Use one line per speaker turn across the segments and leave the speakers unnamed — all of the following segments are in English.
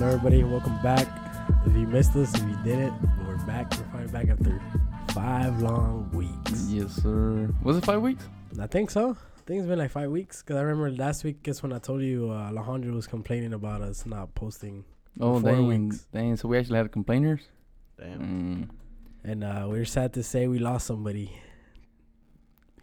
everybody, and welcome back. If you missed us, if you didn't, we're back. We're finally back after five long weeks.
Yes, sir. Was it five weeks?
I think so. I think it's been like five weeks because I remember last week is when I told you uh, Alejandro was complaining about us not posting,
Oh,
Four
dang.
weeks.
Dang. So we actually had complainers.
Damn.
Mm.
and uh, we are sad to say we lost somebody.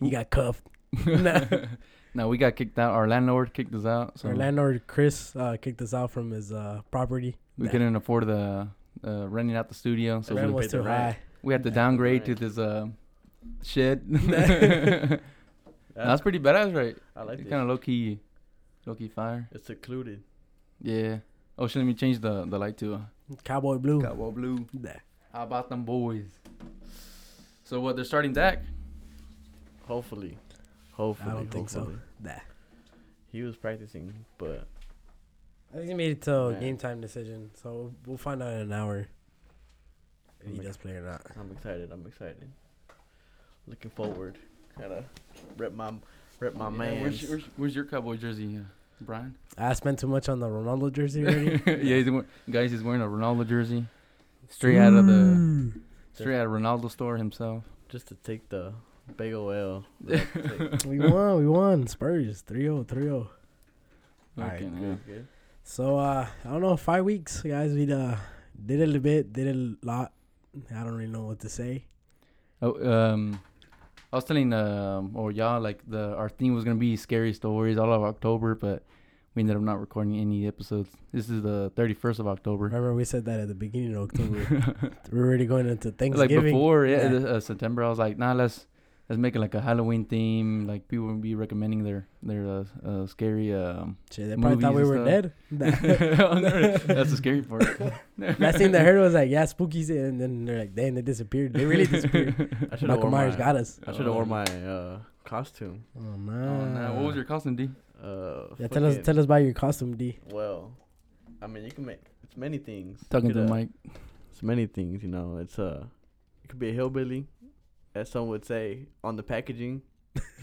He got cuffed. No.
no, we got kicked out. Our landlord kicked us out, so
Our landlord Chris uh, kicked us out from his uh, property.
we couldn't afford the uh, renting out the studio.
The
So
rent
we,
we
was
paid the
too high.
rent.
we had to
Yeah,
downgrade to
right.
this uh, shed. That's
That's,
pretty badass, right?
I like
it's
this.
kind of low key, low key fire.
it's secluded.
Yeah. Oh, should let me change the the light to uh,
Cowboy blue.
Cowboy Blue.
Nah.
How about them boys? So what? They're starting Dak.
Hopefully. Hopefully.
don't think so.
hopefully.
Nah.
He was practicing, but
I think he made it till
Man.
game time decision, so we'll find out in an hour if he
Like-
does play or not.
I'm excited. I'm excited. Looking forward. Gotta rep my rep my
Yeah,
man.
Where's, where's, where's your cowboy jersey, uh, Brian?
I spent too much on the Ronaldo jersey already.
yeah, he's wearing, guys, he's wearing a Ronaldo jersey, straight out of
Mm.
the straight out of Ronaldo store himself.
Just to take the big ol' L.
we won, we won. Spurs oh, 3-0, 3-0. Alright,
Fucking hell.
Good, good.
So uh, I don't know, five weeks, guys. We uh, did a little bit, did a lot. I don't really know what to say.
Oh, um, I was telling um or y'all like the our theme was gonna be scary stories all of October, but we ended up not recording any episodes. This is the thirty first of October.
Remember, we said that at the beginning of October. We're already going into
like
Thanksgiving.
before, yeah,
Yeah.
Uh, September. I was like, nah, let's let's make it like a Halloween theme. Like people would be recommending their their uh, uh, scary. Um,
Shit, they probably thought we
movies
were dead.
and that's the scary part.
Last thing they heard was like, yeah, spooky, shit," and then they're like, damn, they disappeared. They really disappeared.
I should have
Michael
worn
Myers
my.
got us.
I should have worn my uh, costume.
Oh
Oh, nah. What was
no.
your costume, D?
Uh,
Yeah, tell us,
fucking-
tell us about your costume, D.
Well, I mean, you can make it's many things. You
Talking
could,
to
uh,
Mike.
It's many things, you know. It's uh, it could be a hillbilly, as some would say on the packaging,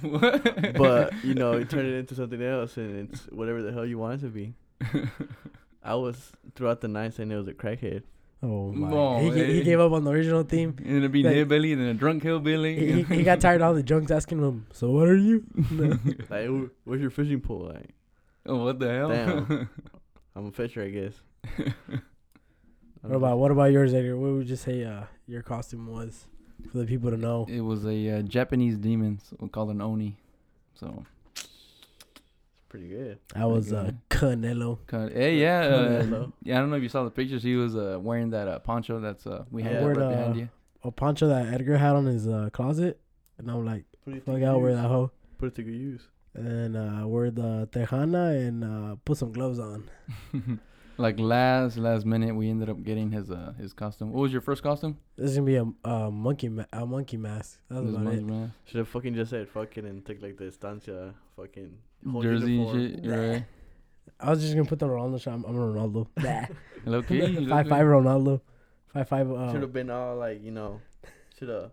but you know, you turn it into something else, and it's whatever the hell you want it to be. I was throughout the night saying it was a crackhead.
Oh my!
No,
he, ga- he
eh.
gave up on the original theme.
And it'll be
Like-
hillbilly, then a drunk hillbilly.
He, he, he got tired of all the junks asking him, "So what are you?" No.
Like, "Wh- where's your fishing pole? Like,
oh, what the hell?
Damn. I'm a fisher, I guess.
what about what about yours, Edgar? What would you say uh, your costume was for the people to know?
it was a uh, Japanese demon so called an oni. So,
It's pretty good.
I was uh, Canelo.
kind of, hey, yeah, uh,
Canelo.
yeah. I don't know if you saw the pictures. He was uh, wearing that uh, poncho that's uh, we
I
had
wore
right
the-
behind you.
A poncho that Edgar had on his uh, closet, and I'm like,
Put it to
"Fuck
good
out, wear
use.
that hoe."
Put it to good use.
And uh, wear the tejana and uh, put some gloves on.
like last last minute, we ended up getting his uh, his costume. What was your first costume?
This is gonna be a, a monkey ma- a monkey mask. That
It
was
was
about
Monkey
it.
Man.
Should have fucking just said fucking and took like the estancia fucking whole
jersey and
uniform.
shit. You're right.
I was just gonna put the Ronaldo shot. I'm, I'm a Ronaldo. Nah.
Low key, you look
five
like-
five Ronaldo. Five five. Uh,
Should have been all like you know, should have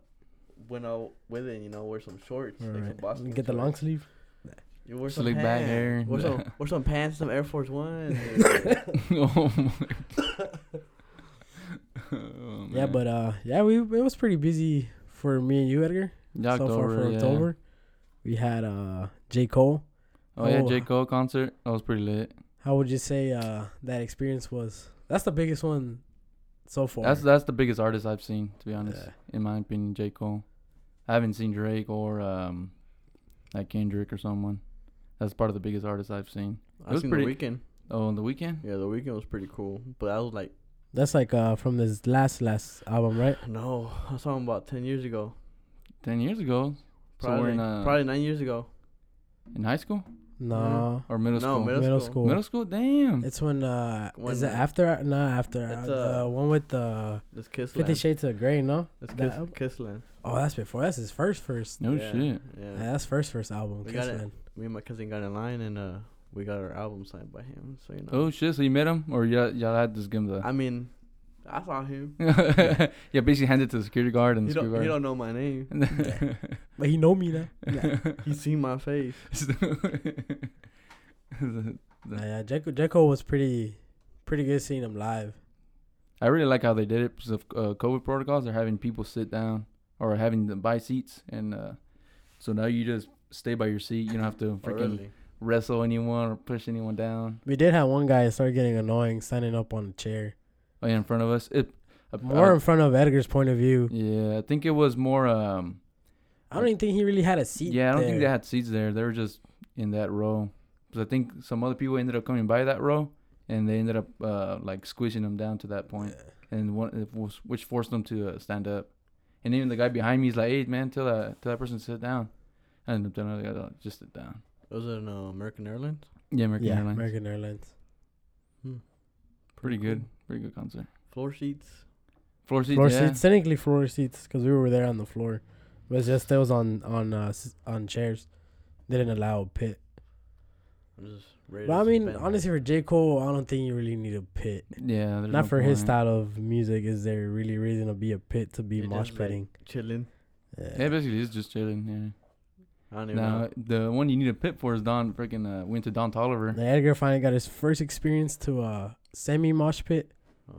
went out with it. You know, wear some shorts, like some
alright.
Boston
Get the long
shorts.
sleeve.
You wear some
Slick
pants.
back hair.
Wear some, wear some pants, some Air Force One.
oh my. Oh,
Yeah,
man.
but uh, yeah, we it was pretty busy for me and you, Edgar.
Yeah,
so far for
yeah.
October, we had uh J Cole.
Oh, yeah,
Oh.
J Cole concert. That was pretty lit.
How would you say uh that experience was? That's the biggest one so far.
That's that's the biggest artist I've seen, to be honest.
Yeah.
In my opinion, J Cole. I haven't seen Drake or um, like Kendrick or someone. That's part of the biggest artist I've seen.
I
was
seen
pretty-
the weekend.
Oh, on the weekend.
Yeah, the weekend was pretty cool. But I was like,
That's like uh from this last last album, right?
no, I saw him about ten years ago.
Ten years ago. so we're
Probably,
in uh,
probably nine years ago.
in high school
Mm-hmm.
No,
or middle
no,
school.
middle,
middle
school.
school.
Middle school. Damn.
It's when uh
When-
is it after? Not after. Uh,
It's,
the
uh,
one with the
Let's kiss
Fifty
land.
Shades of Grey, no?
Let's kiss,
that-
kiss land.
Oh, that's before. That's his first first.
no
yeah,
shit.
Yeah.
Yeah, that's first first album.
We got it.
Kingsman.
Me and my cousin got in line and uh, we got our album signed by him. So you know.
Oh shit. So you met him, or y'all y'all had to just give him the.
I mean, I saw him.
yeah. basically handed to the security guard and
He
the
don't,
security
he
guard.
don't know my name.
But he know me now. Yeah.
He seen my face.
So-
Nah, yeah, J. Cole- J. Cole was pretty pretty good seeing them live.
I really like how they did it because of uh, COVID protocols. They're having people sit down or having them buy seats, and uh, so now you just stay by your seat. You don't have
Oh,
to
Oh,
freaking wrestle anyone or push anyone down
We did have one guy start getting annoying, standing up on a chair,
oh, yeah, in front of us. It uh,
more
uh,
in front of Edgar's point of view.
yeah, I think it was more. Um,
I don't even think he really had a seat.
yeah, I don't think they
there.
had seats there. They were just in that row. 'Cause I think some other people ended up coming by that row, and they ended up uh, like squishing them down to that point, and one it was- which forced them to uh, stand up. And even the guy behind me is like, "Hey, man, tell that tell that person to sit down." I ended up telling the guy, "Oh, "Just sit down."
Was it an uh, American Airlines?
Yeah, American
yeah,
Airlines.
American Airlines.
Pretty
Pretty
good.
cool.
Pretty good concert.
Floor seats.
Floor seats.
Floor
yeah.
seats, technically floor seats, because we were there on the floor, but it's just it was on on uh, s- on chairs. They didn't allow a pit.
I'm just ready.
But I
to
mean,
spend.
honestly, for J Cole, I don't think you really need a pit.
Yeah. there's
Not
no
for his
point.
style of music. Is there really reason to be a pit to be
It
mosh
just, like,
pitting?
chilling.
Yeah, basically, it's just chilling.
I don't
Yeah.
even
Now
know.
the one you need a pit for is Don. Freaking uh, went to Don Tolliver.
Now, Edgar finally got his first experience to a semi mosh pit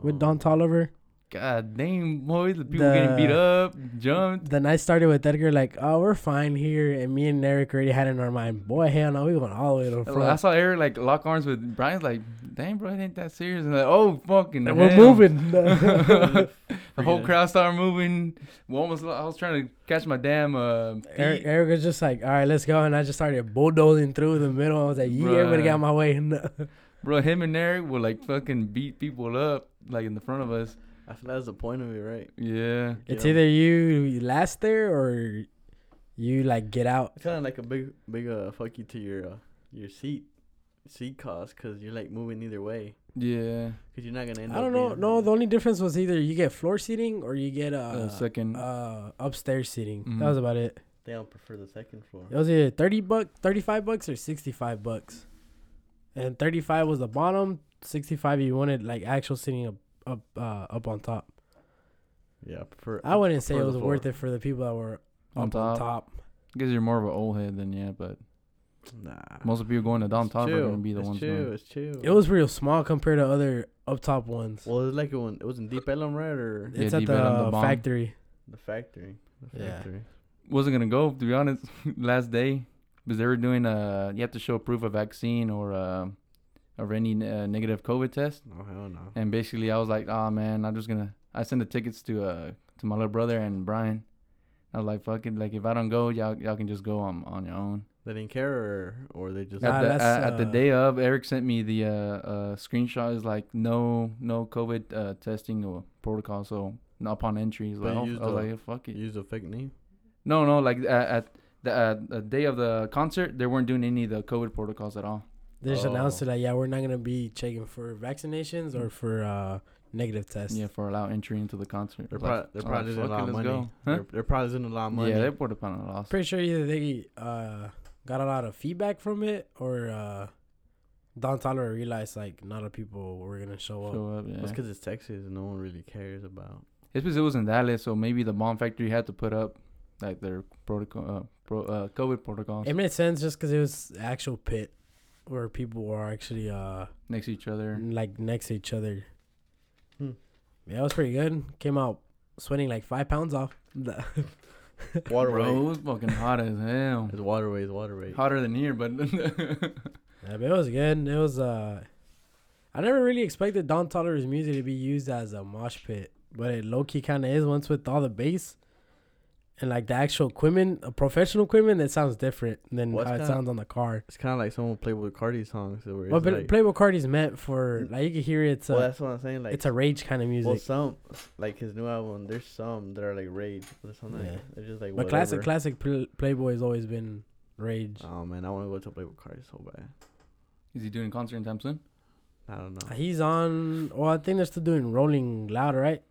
with
Oh.
Don Tolliver.
God damn, boy, the people getting beat
The-
up, jumped.
The night started with Edgar like, "Oh, we're fine here," and me and Eric already had it in our mind, "Boy, hell no, we going all the way to the
I
front.
saw Eric like lock arms with Brian. Like, damn, bro, it ain't that serious. And like, oh fucking,
And we're
hell."
moving."
the whole
Freaking-
crowd started moving. Well, almost, I was trying to catch my damn. Uh,
Eric,
feet.
Eric was just like, "All right, let's go," and I just started bulldozing through the middle. I was like, "Yeah, everybody
Bruh.
got my way."
bro, him and Eric will like fucking beat people up like in the front of us.
I feel that's the point of it, right?
Yeah.
It's
Yeah.
either you last there or you like get out.
It's kind of like a big, big uh, fuck you to your uh, your seat seat cost because you're like moving either way
Yeah,
because you're not gonna end
I
up.
don't know.
being-
No, the only difference was either you get floor seating or you get uh,
uh, second.
uh upstairs seating.
Mhm.
That was about it.
they don't prefer the second floor.
It was either thirty buck, thirty five bucks, or sixty five bucks. And thirty five was the bottom. Sixty five, you wanted like actual sitting up up uh, up on top.
Yeah, I prefer.
I wouldn't say
prefer
it
the
was worth
floor.
it for the people that were
on
up
top.
on top.
Because you're more of an old head than yeah, but
Nah.
most of the people going to Don
It's
Top are
chill.
gonna be the
it's
ones.
Chill,
going.
it's chill.
It was real small compared to other up top ones.
Well, it's like when it was in Deep Ellum, right, or
Yeah,
it's
D
at the,
Bell and the bomb.
factory.
the factory. The
Yeah.
factory.
Wasn't gonna go to be honest. last day, because they were doing uh, you have to show proof of vaccine or uh, of any uh, negative COVID test.
Oh hell no.
And basically, I was like, oh man, I'm just gonna. I sent the tickets to uh to my little brother and Brian. I was like, fuck it, like if I don't go, y'all y'all can just go on on your own.
They didn't care, or, or they just.
Nah,
at, the,
that's,
at- at the
uh,
day of, Eric sent me the uh, uh, screenshot. Is like no, no COVID uh, testing or protocol. So not upon entry, he's like,
But you
oh,
used
I was
the-
like, yeah, fuck it.
Use a fake name.
No, no, like at, at the uh, the day of the concert, they weren't doing any of the COVID protocols at all.
They just announced
Oh.
it like, yeah, we're not gonna be checking for vaccinations or for uh, negative tests.
Yeah, for allow entry into the concert.
They're,
I was like-
probably they're
I
probably
was like,
losing a
fuck
lot of
it,
money.
let's go. Huh?
They're, they're probably losing a lot of money.
Yeah, they put upon a loss.
Pretty sure either they uh, got a lot of feedback from it or uh, Don Tyler realized like not a lot of people were gonna show up.
Show up, yeah.
That's because it's Texas and no one really cares about.
It's because it was in Dallas, so maybe the bomb factory had to put up like their protocol, uh, pro, uh, COVID protocols
It made sense just because it was actual pit where people were actually uh,
next to each other.
like next to each other.
Hmm.
Yeah, it was pretty good. Came out sweating like five pounds off.
Waterway.
Bro, it was fucking hot as hell.
It's waterways, waterway.
Hotter than here, but
Yeah, but it was good. It was uh I never really expected Don Tolliver's music to be used as a mosh pit, but it low key kinda is once with all the bass and like the actual equipment, uh, professional equipment, it sounds different than
What's
how it
that?
sounds on the car.
It's kind of like someone played with Cardi songs. Where it's
Well, but
like, Mm.
Playboy Cardi's meant for like you can hear it's a
well, that's what I'm saying. Like,
it's a rage kind of
well,
music.
some like his new album. There's some that are like rage, but there's some
Yeah.
that they're just like.
but classic
whatever.
classic pl- Playboy has always been rage.
Oh man, I want to go to play with Cardi so bad.
is he doing a concert in Thompson?
I don't know.
Uh, He's on well, I think they're still doing Rolling Loud, right?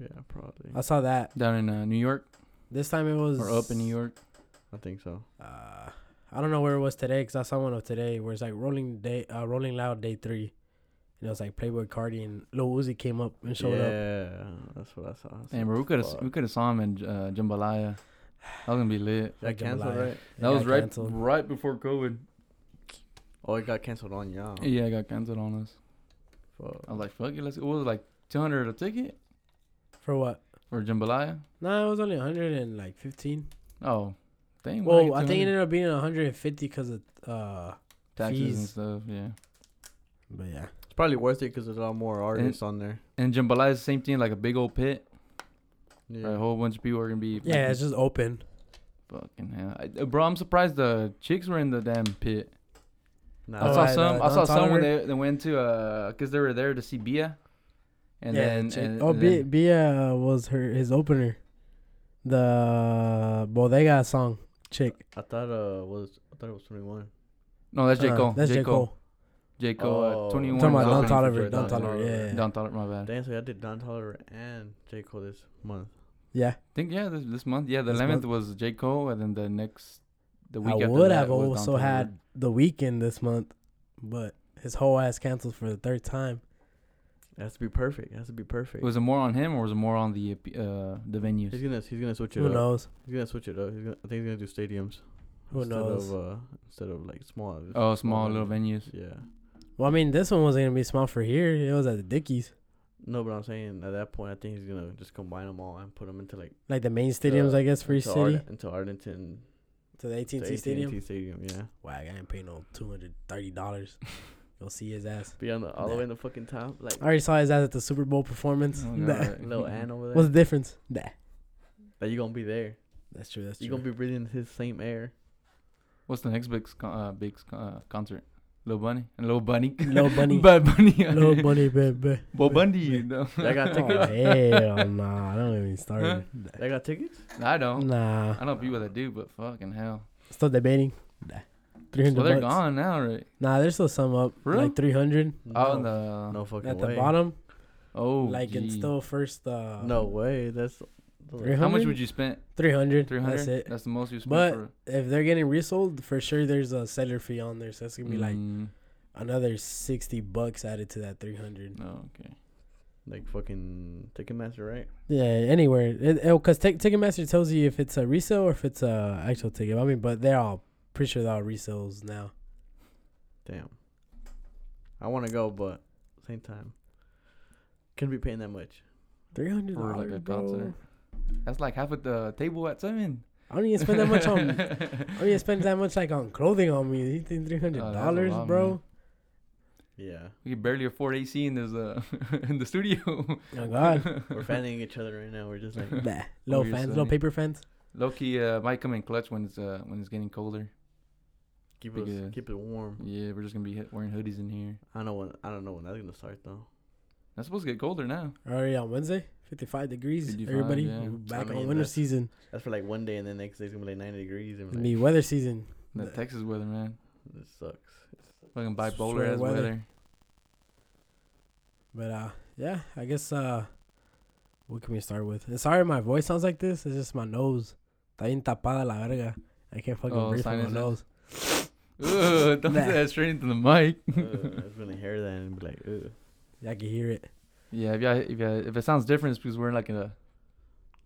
yeah, probably.
I saw that.
Down in uh, New York
This time it was
or up in New York?
I think so.
uh, I don't know where it was today because I saw one of today where it's like Rolling Day, uh, Rolling Loud Day Three, and it was like Playboy Cardi and Lil Uzi came up and showed up.
yeah, that's what I saw. I was
Damn,
like,
bro, we could have
fuck.
we could have saw him in uh, Jambalaya. That was gonna be lit.
That
Like Jambalaya.
canceled, right?
It
That was
got
right
canceled.
right before COVID.
Oh, it got canceled on y'all.
Yeah, it got canceled on us.
Fuck.
I was like, fuck it, let's. What was it, like two hundred a ticket
For what?
for jambalaya?
Nah, it was only 100 and like 15.
Oh, dang. why
Well, I think it
200?
ended up being 150 because of uh.
taxes and
fees.
stuff. Yeah,
But yeah,
It's probably worth it because there's a lot more artists on there.
and jambalaya is the same thing, like a big old pit.
Yeah.
where A whole bunch of people are gonna be.
yeah, it's just open.
Fucking hell, I, uh, bro! I'm surprised the chicks were in the damn pit.
Nah,
I
Oh,
saw
at, uh,
some. I saw some when
Downtown
they, they went to uh, cause they were there to see Bia, and
yeah,
then
chick-
and,
oh,
and
Bia,
then-
Bia was her his opener, the Bodega song chick.
I thought uh was I thought it was 21.
no, that's J
Uh,
Cole.
That's J Cole.
J Cole.
Oh.
uh, Twenty
I'm
one.
talking
Warren's
about Don Tolliver.
opening for Jay
Don
Don
Tolliver.
Tolliver.
Yeah, yeah.
Don Tolliver. My bad.
Damn, so I did Don Tolliver and J Cole this month.
yeah.
think yeah, this, this month. Yeah, the
This
eleventh was J Cole, and then the next the week
I
after
would
that
have
was Don
also
Tolliver.
had the weekend this month, but his whole ass canceled for the third time.
It has to be perfect. It has to be perfect.
Was it more on him or was it more on the uh the venues?
he's gonna he's gonna switch it
Who
up.
knows?
He's gonna switch it up. He's gonna, I think he's gonna do stadiums.
Who
instead
knows?
Of, uh, instead of like small.
Oh, small little venues.
Yeah.
Well, I mean, this one wasn't gonna be small for here. It was at the Dickies,
No, but I'm saying at that point, I think he's gonna just combine them all and put them into like
like the main stadiums,
Uh,
I guess, for each
into,
city.
Arden- into Arlington
to the
to
AT&T
AT&T
Stadium.
Stadium. Yeah.
Wag, I ain't paying no two hundred thirty dollars. Go see his ass.
Be on the all the way in the fucking top, like
I already saw his ass at the Super Bowl performance.
Oh,
Nah.
God.
little Ann over there.
What's the difference? Nah,
That you gonna be there.
that's true. That's true.
You gonna be breathing his same air.
What's the next big con- uh, big con- uh, concert? Lil Bunny, Lil Bunny,
Lil Bunny.
Bad Bunny,
no money, baby.
Bo Bundy. you know?
I got
Oh,
tickets.
hell nah, I don't even start.
I got tickets.
I don't.
Nah,
I know people that do, but fucking hell.
still debating. Nah. Three
So
hundred.
they're
bucks.
gone now, right?
Nah, there's still some up.
For real?
Like three hundred
Oh, the
no fucking
at the
way.
bottom.
oh,
like
gee.
it's still first. Uh,
No way. That's
Three
How much
hundred.
would you spend?
Three hundred.
Three
That's
hundred.
it.
That's the most you spent.
But
for,
if they're getting resold, for sure there's a seller fee on there, so it's gonna be like
Mm,
another sixty bucks added to that three hundred.
Oh, okay.
like fucking Ticketmaster, right?
Yeah, anywhere. It, it, Cause Tick Ticketmaster tells you if it's a resale or if it's a actual ticket. I mean, but they're all pretty sure they're all resales now.
Damn. I want to go, but same time, couldn't be paying that much.
Three hundred
For like a
dollars,
concert.
bro.
That's like half of the table at seven.
I don't even spend that much on. I don't even spend that much like on clothing on me. You think three hundred dollars,
Oh, lot,
bro?
Yeah,
We can barely afford AC in this uh in the studio.
Oh God,
we're fanning each other right now. We're just like,
nah. Low
you're
fans, low
sunny.
paper fans.
Loki uh, might come in clutch when it's uh when it's getting colder.
keep
Big
us,
ass.
keep it warm.
Yeah, we're just gonna be hit- wearing hoodies in here.
I don't know when. I don't know when that's gonna start though.
That's supposed to get colder now.
Already on Wednesday, fifty-five degrees.
55,
everybody
yeah.
we're back
I mean,
on winter
that's-
season.
That's for like one day, and then next day's gonna be like 90 degrees, and
It'll
we're
be
like,
weather season.
That
Nah.
Texas weather, man.
this sucks.
Fucking
Swear
bipolar as
weather.
weather.
But uh, yeah, I guess uh, what can we start with? And sorry, my voice sounds like this. It's just my nose. Está bien tapada la verga. I can't fucking
Oh,
breathe from my
sinuses.
nose.
Ugh, don't
Nah.
say that straight into the mic.
Ugh, Uh, I was gonna hear that and be like, Ugh.
Yeah, I can hear it.
Yeah, if y'all, if y'all, if it sounds different, it's because we're in like a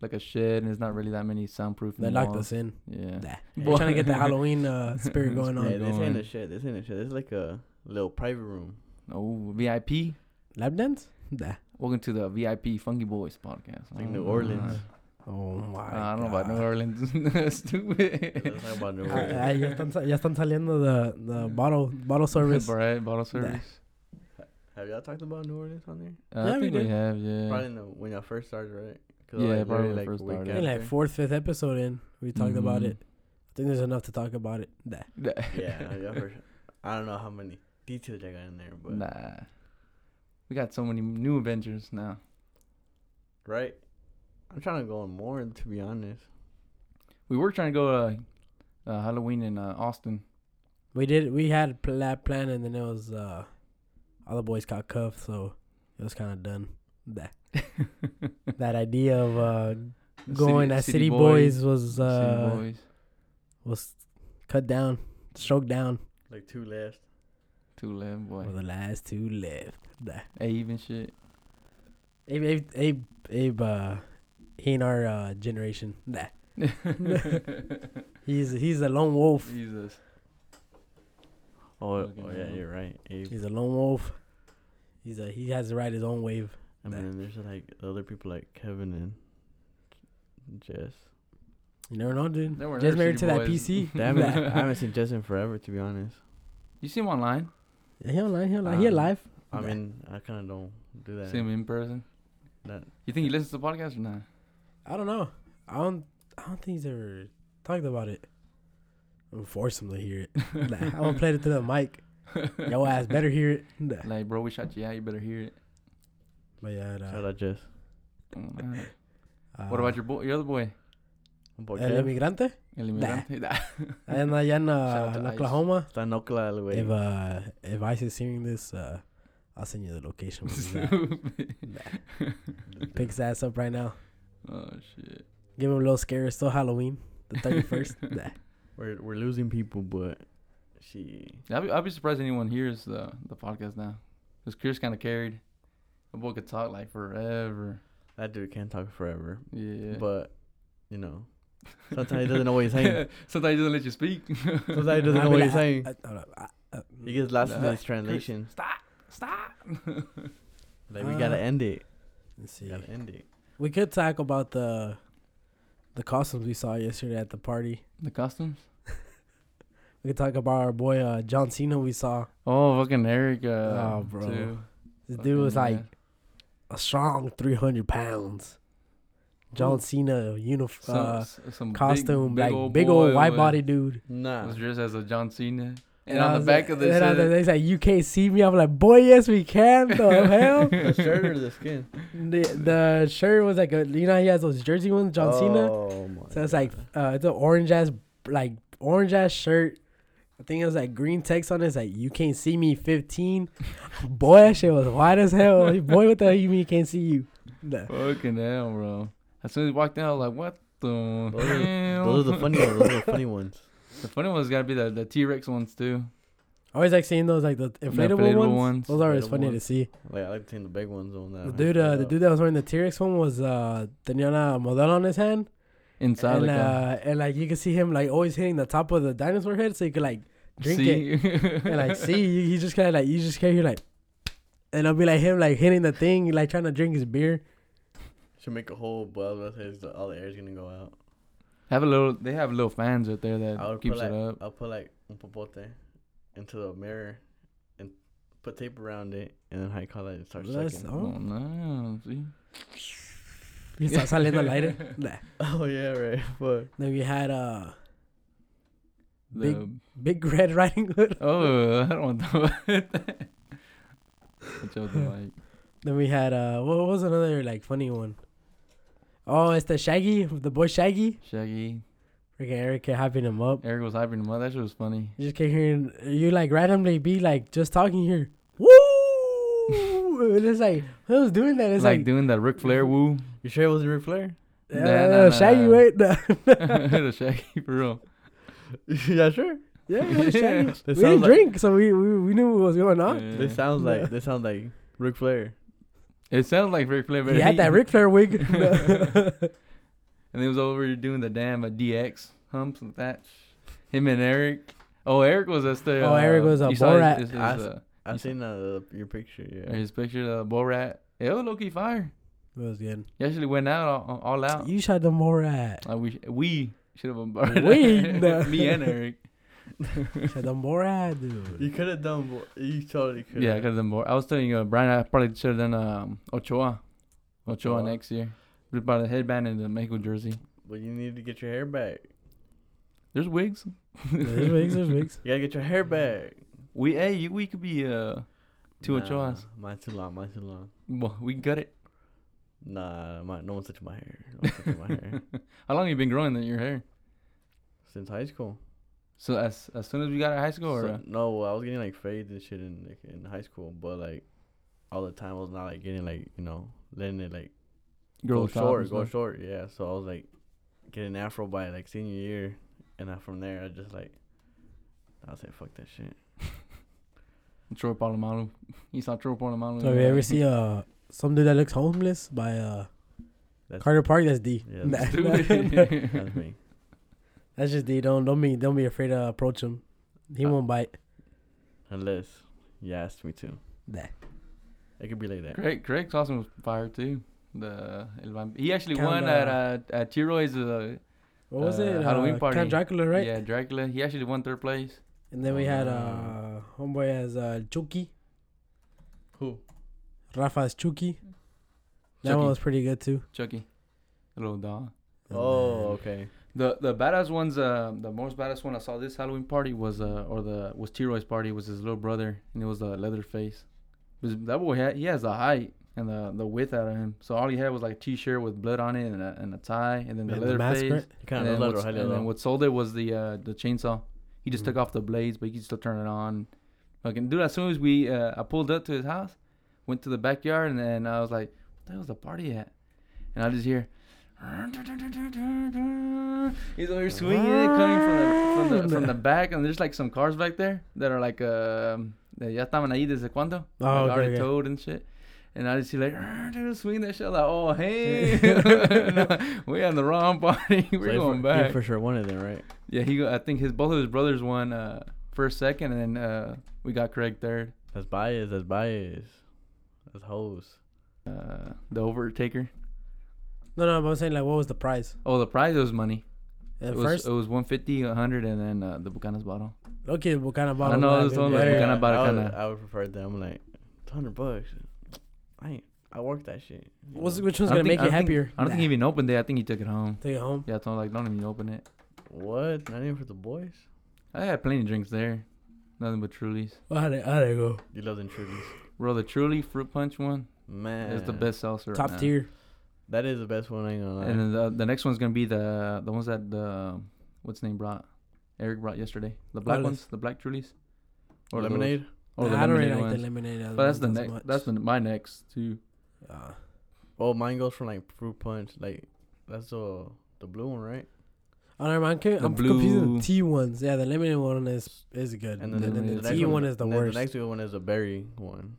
like a shed and there's not really that many soundproof.
They locked us in. Nah.
Yeah. Boy.
We're trying to get the Halloween uh, spirit going
hey,
on.
Spirit.
this ain't a
going.
shit. This ain't a shit. This is like a little private room.
Oh, VIP.
Lap dance? Nah.
Welcome to the VIP Funky Boys podcast.
It's like
Oh,
New Orleans.
God.
Oh my.
Uh, I don't know about New
God.
Orleans.
Let's
Stupid.
talk about New
Ah, ah, ya,
Orleans.
están, sa- ya están saliendo the, the bottle bottle service.
Right, bottle service.
Have y'all talked about New Orleans on there?
Uh,
Yeah,
I
we
think we,
did.
have, yeah.
Probably in the, when y'all first started, right? 'Cause,
Yeah,
like,
probably
literally,
when first
week
started.
I think like
after.
fourth, fifth episode in, we talked about
Mhm.
it. I think there's enough to talk about it. Nah.
yeah, y'all first. I don't know how many details I got in there, but
Nah. We got so many new adventures now.
right. I'm trying to go on more, to be honest.
We were trying to go uh, uh, Halloween in uh, Austin.
We did. We had pl- that plan, and then it was uh, all the boys got cuffed, so it was kind of done. That that idea of uh, going at City, Boys, was uh,
City Boys.
was cut down, stroked down
Like two left.
Two left boy.
for the last two left. That
Abe and shit.
Abe Abe Abe, Abe uh, he ain't our uh, generation. That he's he's a lone wolf.
Jesus.
Oh,
Fucking
oh yeah,
hell.
you're right. Abe.
He's a lone wolf. He's a he has to ride his own wave.
And then there's like other people like Kevin and Jess.
You never know, dude.
They were
Just married
Nerdsy
to that
boys.
PC.
Damn it, I haven't seen Jess in forever, to be honest.
You see him online?
He online. He online. He
Um,
alive.
I
Nah.
mean, I kind of don't do that.
See him in person?
That
You think he listens to the podcast or not?
I don't know. I don't. I don't think he's ever talked about it. I'm force him to hear it. Nah, I won't play it to the mic. Yo ass better hear it. Nah.
Like, bro, we shot you out. You better hear it.
But yeah. Nah.
shout out Jess.
Mm,
Uh,
what about your boy, your other boy,
My boy
El
Kev.
Emigrante?
El Migrante?
And allá en, uh,
Shout out to
en
Ice.
Oklahoma.
Está en Oakland, güey.
If uh, if Ice is hearing this, uh, I'll send you the location. where he's at. Pick his ass up right now.
oh shit!
Give him a little scare. It's still Halloween, the thirty first. nah.
We're we're losing people, but she
I'd be, I'd be surprised anyone hears the the podcast now. Cause Chris kind of carried. The boy could talk like forever.
that dude can't talk forever.
Yeah.
But you know, sometimes he doesn't know what he's saying.
Sometimes he doesn't let you speak.
Sometimes he doesn't
I'll
know
be
what
like,
he's saying.
I- I don't know. I- I-
He gets lost in
Nah.
his translation.
Stop! Stop!
Like we
Uh,
gotta end it.
let's see.
We gotta end it.
We could talk about the the costumes we saw yesterday at the party.
the costumes.
We could talk about our boy uh, John Cena we saw.
Oh, fucking Eric. Uh, oh,
Oh, bro.
bro.
This dude was like a strong three hundred pounds. John
Ooh.
Cena uniform.
some,
Uh,
s- some big-
costume, like big
boy
old white
with-
body dude.
Nah.
Was dressed as a John Cena. And,
I
on the
was
back
like-
of the
and I was like-
shirt,
they said, "You can't see me." I'm like, "Boy, yes, we can." The hell,
The shirt or the skin?
the, the shirt was like a you know how he has those jersey ones, John Cena.
Oh my.
So it's like uh, it's an orange ass like orange ass shirt. I think it was like green text on it. It's like you can't see me 15. Boy, that shit was white as hell. Boy, what the hell you mean can't see you? Nah.
fucking hell, bro. As soon as he walked in, I was like, what the
Those are-
hell?
Those are the funny ones. Those are the funny ones.
The funny ones gotta be the, the T Rex ones too.
I always like seeing those like the inflatable,
inflatable
ones.
ones.
Those are always
Inflatable
funny to
ones.
see.
Like I like seeing the big ones on that.
The dude, uh, the dude that was wearing the T-Rex one was uh, tenía una modelo on his hand.
Inside
and,
like a
uh, and like you can see him like always hitting the top of the dinosaur head, so you could like drink it and like see. You, he just kind of like you just kind of like, and it'll be like him like hitting the thing, like trying to drink his beer.
should make a whole buzz. I say all the air's gonna go out.
have a little they have little fans out there that
I would
keeps
put like
it up.
I'll put like un popote into the mirror and put tape around it, and then how you call it, it starts
That's-
sucking.
Oh
Oh.
no, see.
Y está saliendo al aire. Nah.
Oh yeah, right. Fuck.
Then we had uh,
The,
Big- Big Red Riding Hood.
Oh I don't want to about that. Which I was like
Then we had uh, what was another like funny one? Oh, it's the Shaggy, the boy Shaggy.
Shaggy.
Freaking Eric kept hyping him up.
Eric was hyping him up. That shit was funny.
You just keep hearing you like randomly be like just talking here. Woo! and it's like who's doing that? It's
like,
like,
doing that Ric Flair woo.
You sure it wasn't Ric Flair?
uh,
nah, nah,
Shaggy,
nah.
wait, nah.
the Shaggy for real.
yeah, sure.
yeah, yeah, Shaggy.
Yeah.
We
This
didn't
sounds like
drink, so we, we we knew what was going on.
Yeah.
this sounds like this sounds like Ric Flair.
It sounds like Ric Flair. but
He had that Ric Flair wig.
And he was over here doing the damn uh, DX humps with that. Him and Eric. Oh, Eric was us there.
Oh, Eric was a
you saw his-
Borat.
His, his,
I s-
uh, You
I've
saw-
seen uh, your picture. Yeah.
his picture of the Borat. It was low key fire.
It was good.
He actually went out all, all out.
You shot the Morat.
Like we we should have embarked.
We? No.
me and Eric.
Shot the Morat, dude.
You could have done. more. You totally could.
Yeah, I could have done Borat. I was telling you, uh, Brian, I probably should have done um, Ochoa. Ochoa
Ochoa.
next year. With about a headband and a Mexico jersey.
But you need to get your hair back.
There's wigs.
There's wigs, there's wigs.
You gotta get your hair
Mm.
back.
We hey, you, we could be uh, two
nah,
Ochoas.
Mine's too long. Mine's too long.
Well, we can cut it.
Nah, my, no one's touching my hair. No one's touching my hair
How long you been growing that your hair?
since high school.
So as as soon as we got out of high school, or
So-
uh,
no, I was getting like fades and shit in like, in high school, but like all the time I was not like getting like you know letting it like
girl
go
shop and
short, go
stuff?
short. Yeah, so I was like getting afro by like senior year, and then from there I just like I was like fuck that shit.
Troy Polamalu. You saw Troy Polamalu.
So have you ever see uh some dude that looks homeless by uh
That's-
Carter Park? That's D.
Yeah,
Nah.
that's- That's me.
That's just D. Don't don't be don't be afraid to approach him. He
Uh,
won't bite.
Unless you asked me to.
Nah.
It could be like that.
Craig Craig Clausen was fire too. The El Vamp- he actually
Kinda-
won at uh, at T-Roy's uh,
What was
Uh,
it?
Halloween
uh,
party.
Count Dracula, right?
yeah Dracula. He actually won third place.
And then we had uh
Oh.
homeboy as uh Chucky.
Who?
Rafa's Chucky. That one
Chucky.
was pretty good too.
Chucky, little doll.
And
Oh,
then-
okay.
The the badass ones, uh, the most badass one I saw this Halloween party was uh or the was T Roy's party was his little brother and it was the Leatherface. Because That boy had, he has the height and the the width out of him. So all he had was like t shirt with blood on it and a, and a tie and then the
and
leather face.
right?
You
And
kind
then,
of
what's-
love
and then what sold it was the uh, the chainsaw. He
Mm-hmm.
just took off the blades, but he could still turn it on. Fucking dude, as soon as we uh, I pulled up to his house, went to the backyard, and then I was like, "What the hell's the party at?" And I just hear. He's over here swinging it, coming from the, from the from the back, and there's like some cars back there that are like um, they ya estaban ahí desde cuando,
Oh,
like,
okay,
already
okay.
towed and shit. And I just see like dude, swing that shit like, oh hey, No, we on the wrong party, we're going
for,
back.
He for sure one of them, right?
Yeah, he. Go, I think his both of his brothers won uh, first, second, and then uh, we got Craig third.
That's bias. That's bias. That's hoes.
Uh, the overtaker.
No, no, but I'm saying like what was the prize?
Oh, the prize was money.
At
it was
first,
it was 150, 100, and then uh, the Bucanas bottle.
okay, what kind of bottle?
uh, know
would
this
have
one
been
was
better?
Bucana
I, would,
Baracana.
I would prefer that. I'm like, it's hundred bucks. I ain't. I work that shit. you
What's,
know?
which
I
one's
don't
gonna
think-
make
I
you
don't think-
happier?
I don't think he even opened it. I think he took it home.
Take it home.
Yeah, I told him like don't even open it.
what? Not even for the boys.
I had plenty of drinks there, nothing but Trulies.
Well, how'd it, how'd it go?
You love them trulies.
Bro, the Truly fruit punch one
Man,
is the best seltzer. right
Top
now.
tier.
That is the best one. I ain't gonna lie.
And then the, the next one's gonna be the the ones that the what's his name brought, Eric brought yesterday. The black
Olas.
ones, the black Trulies, Or those-
lemonade.
or
Nah,
the
I don't
lemonade
really like
ones.
the lemonade. as
But that's the
much- as
next.
much.
That's the, my next too.
Uh,
Oh, mine goes from like fruit punch. Like that's the the blue one, right?
Oh, never mind. I'm,
The
I'm confusing
blue-
the T ones. Yeah, the lemonade one is is good. And
And
then,
then
the-
the,
the
T
next
one,
one-
is the
and then
worst.
the next one is a berry one.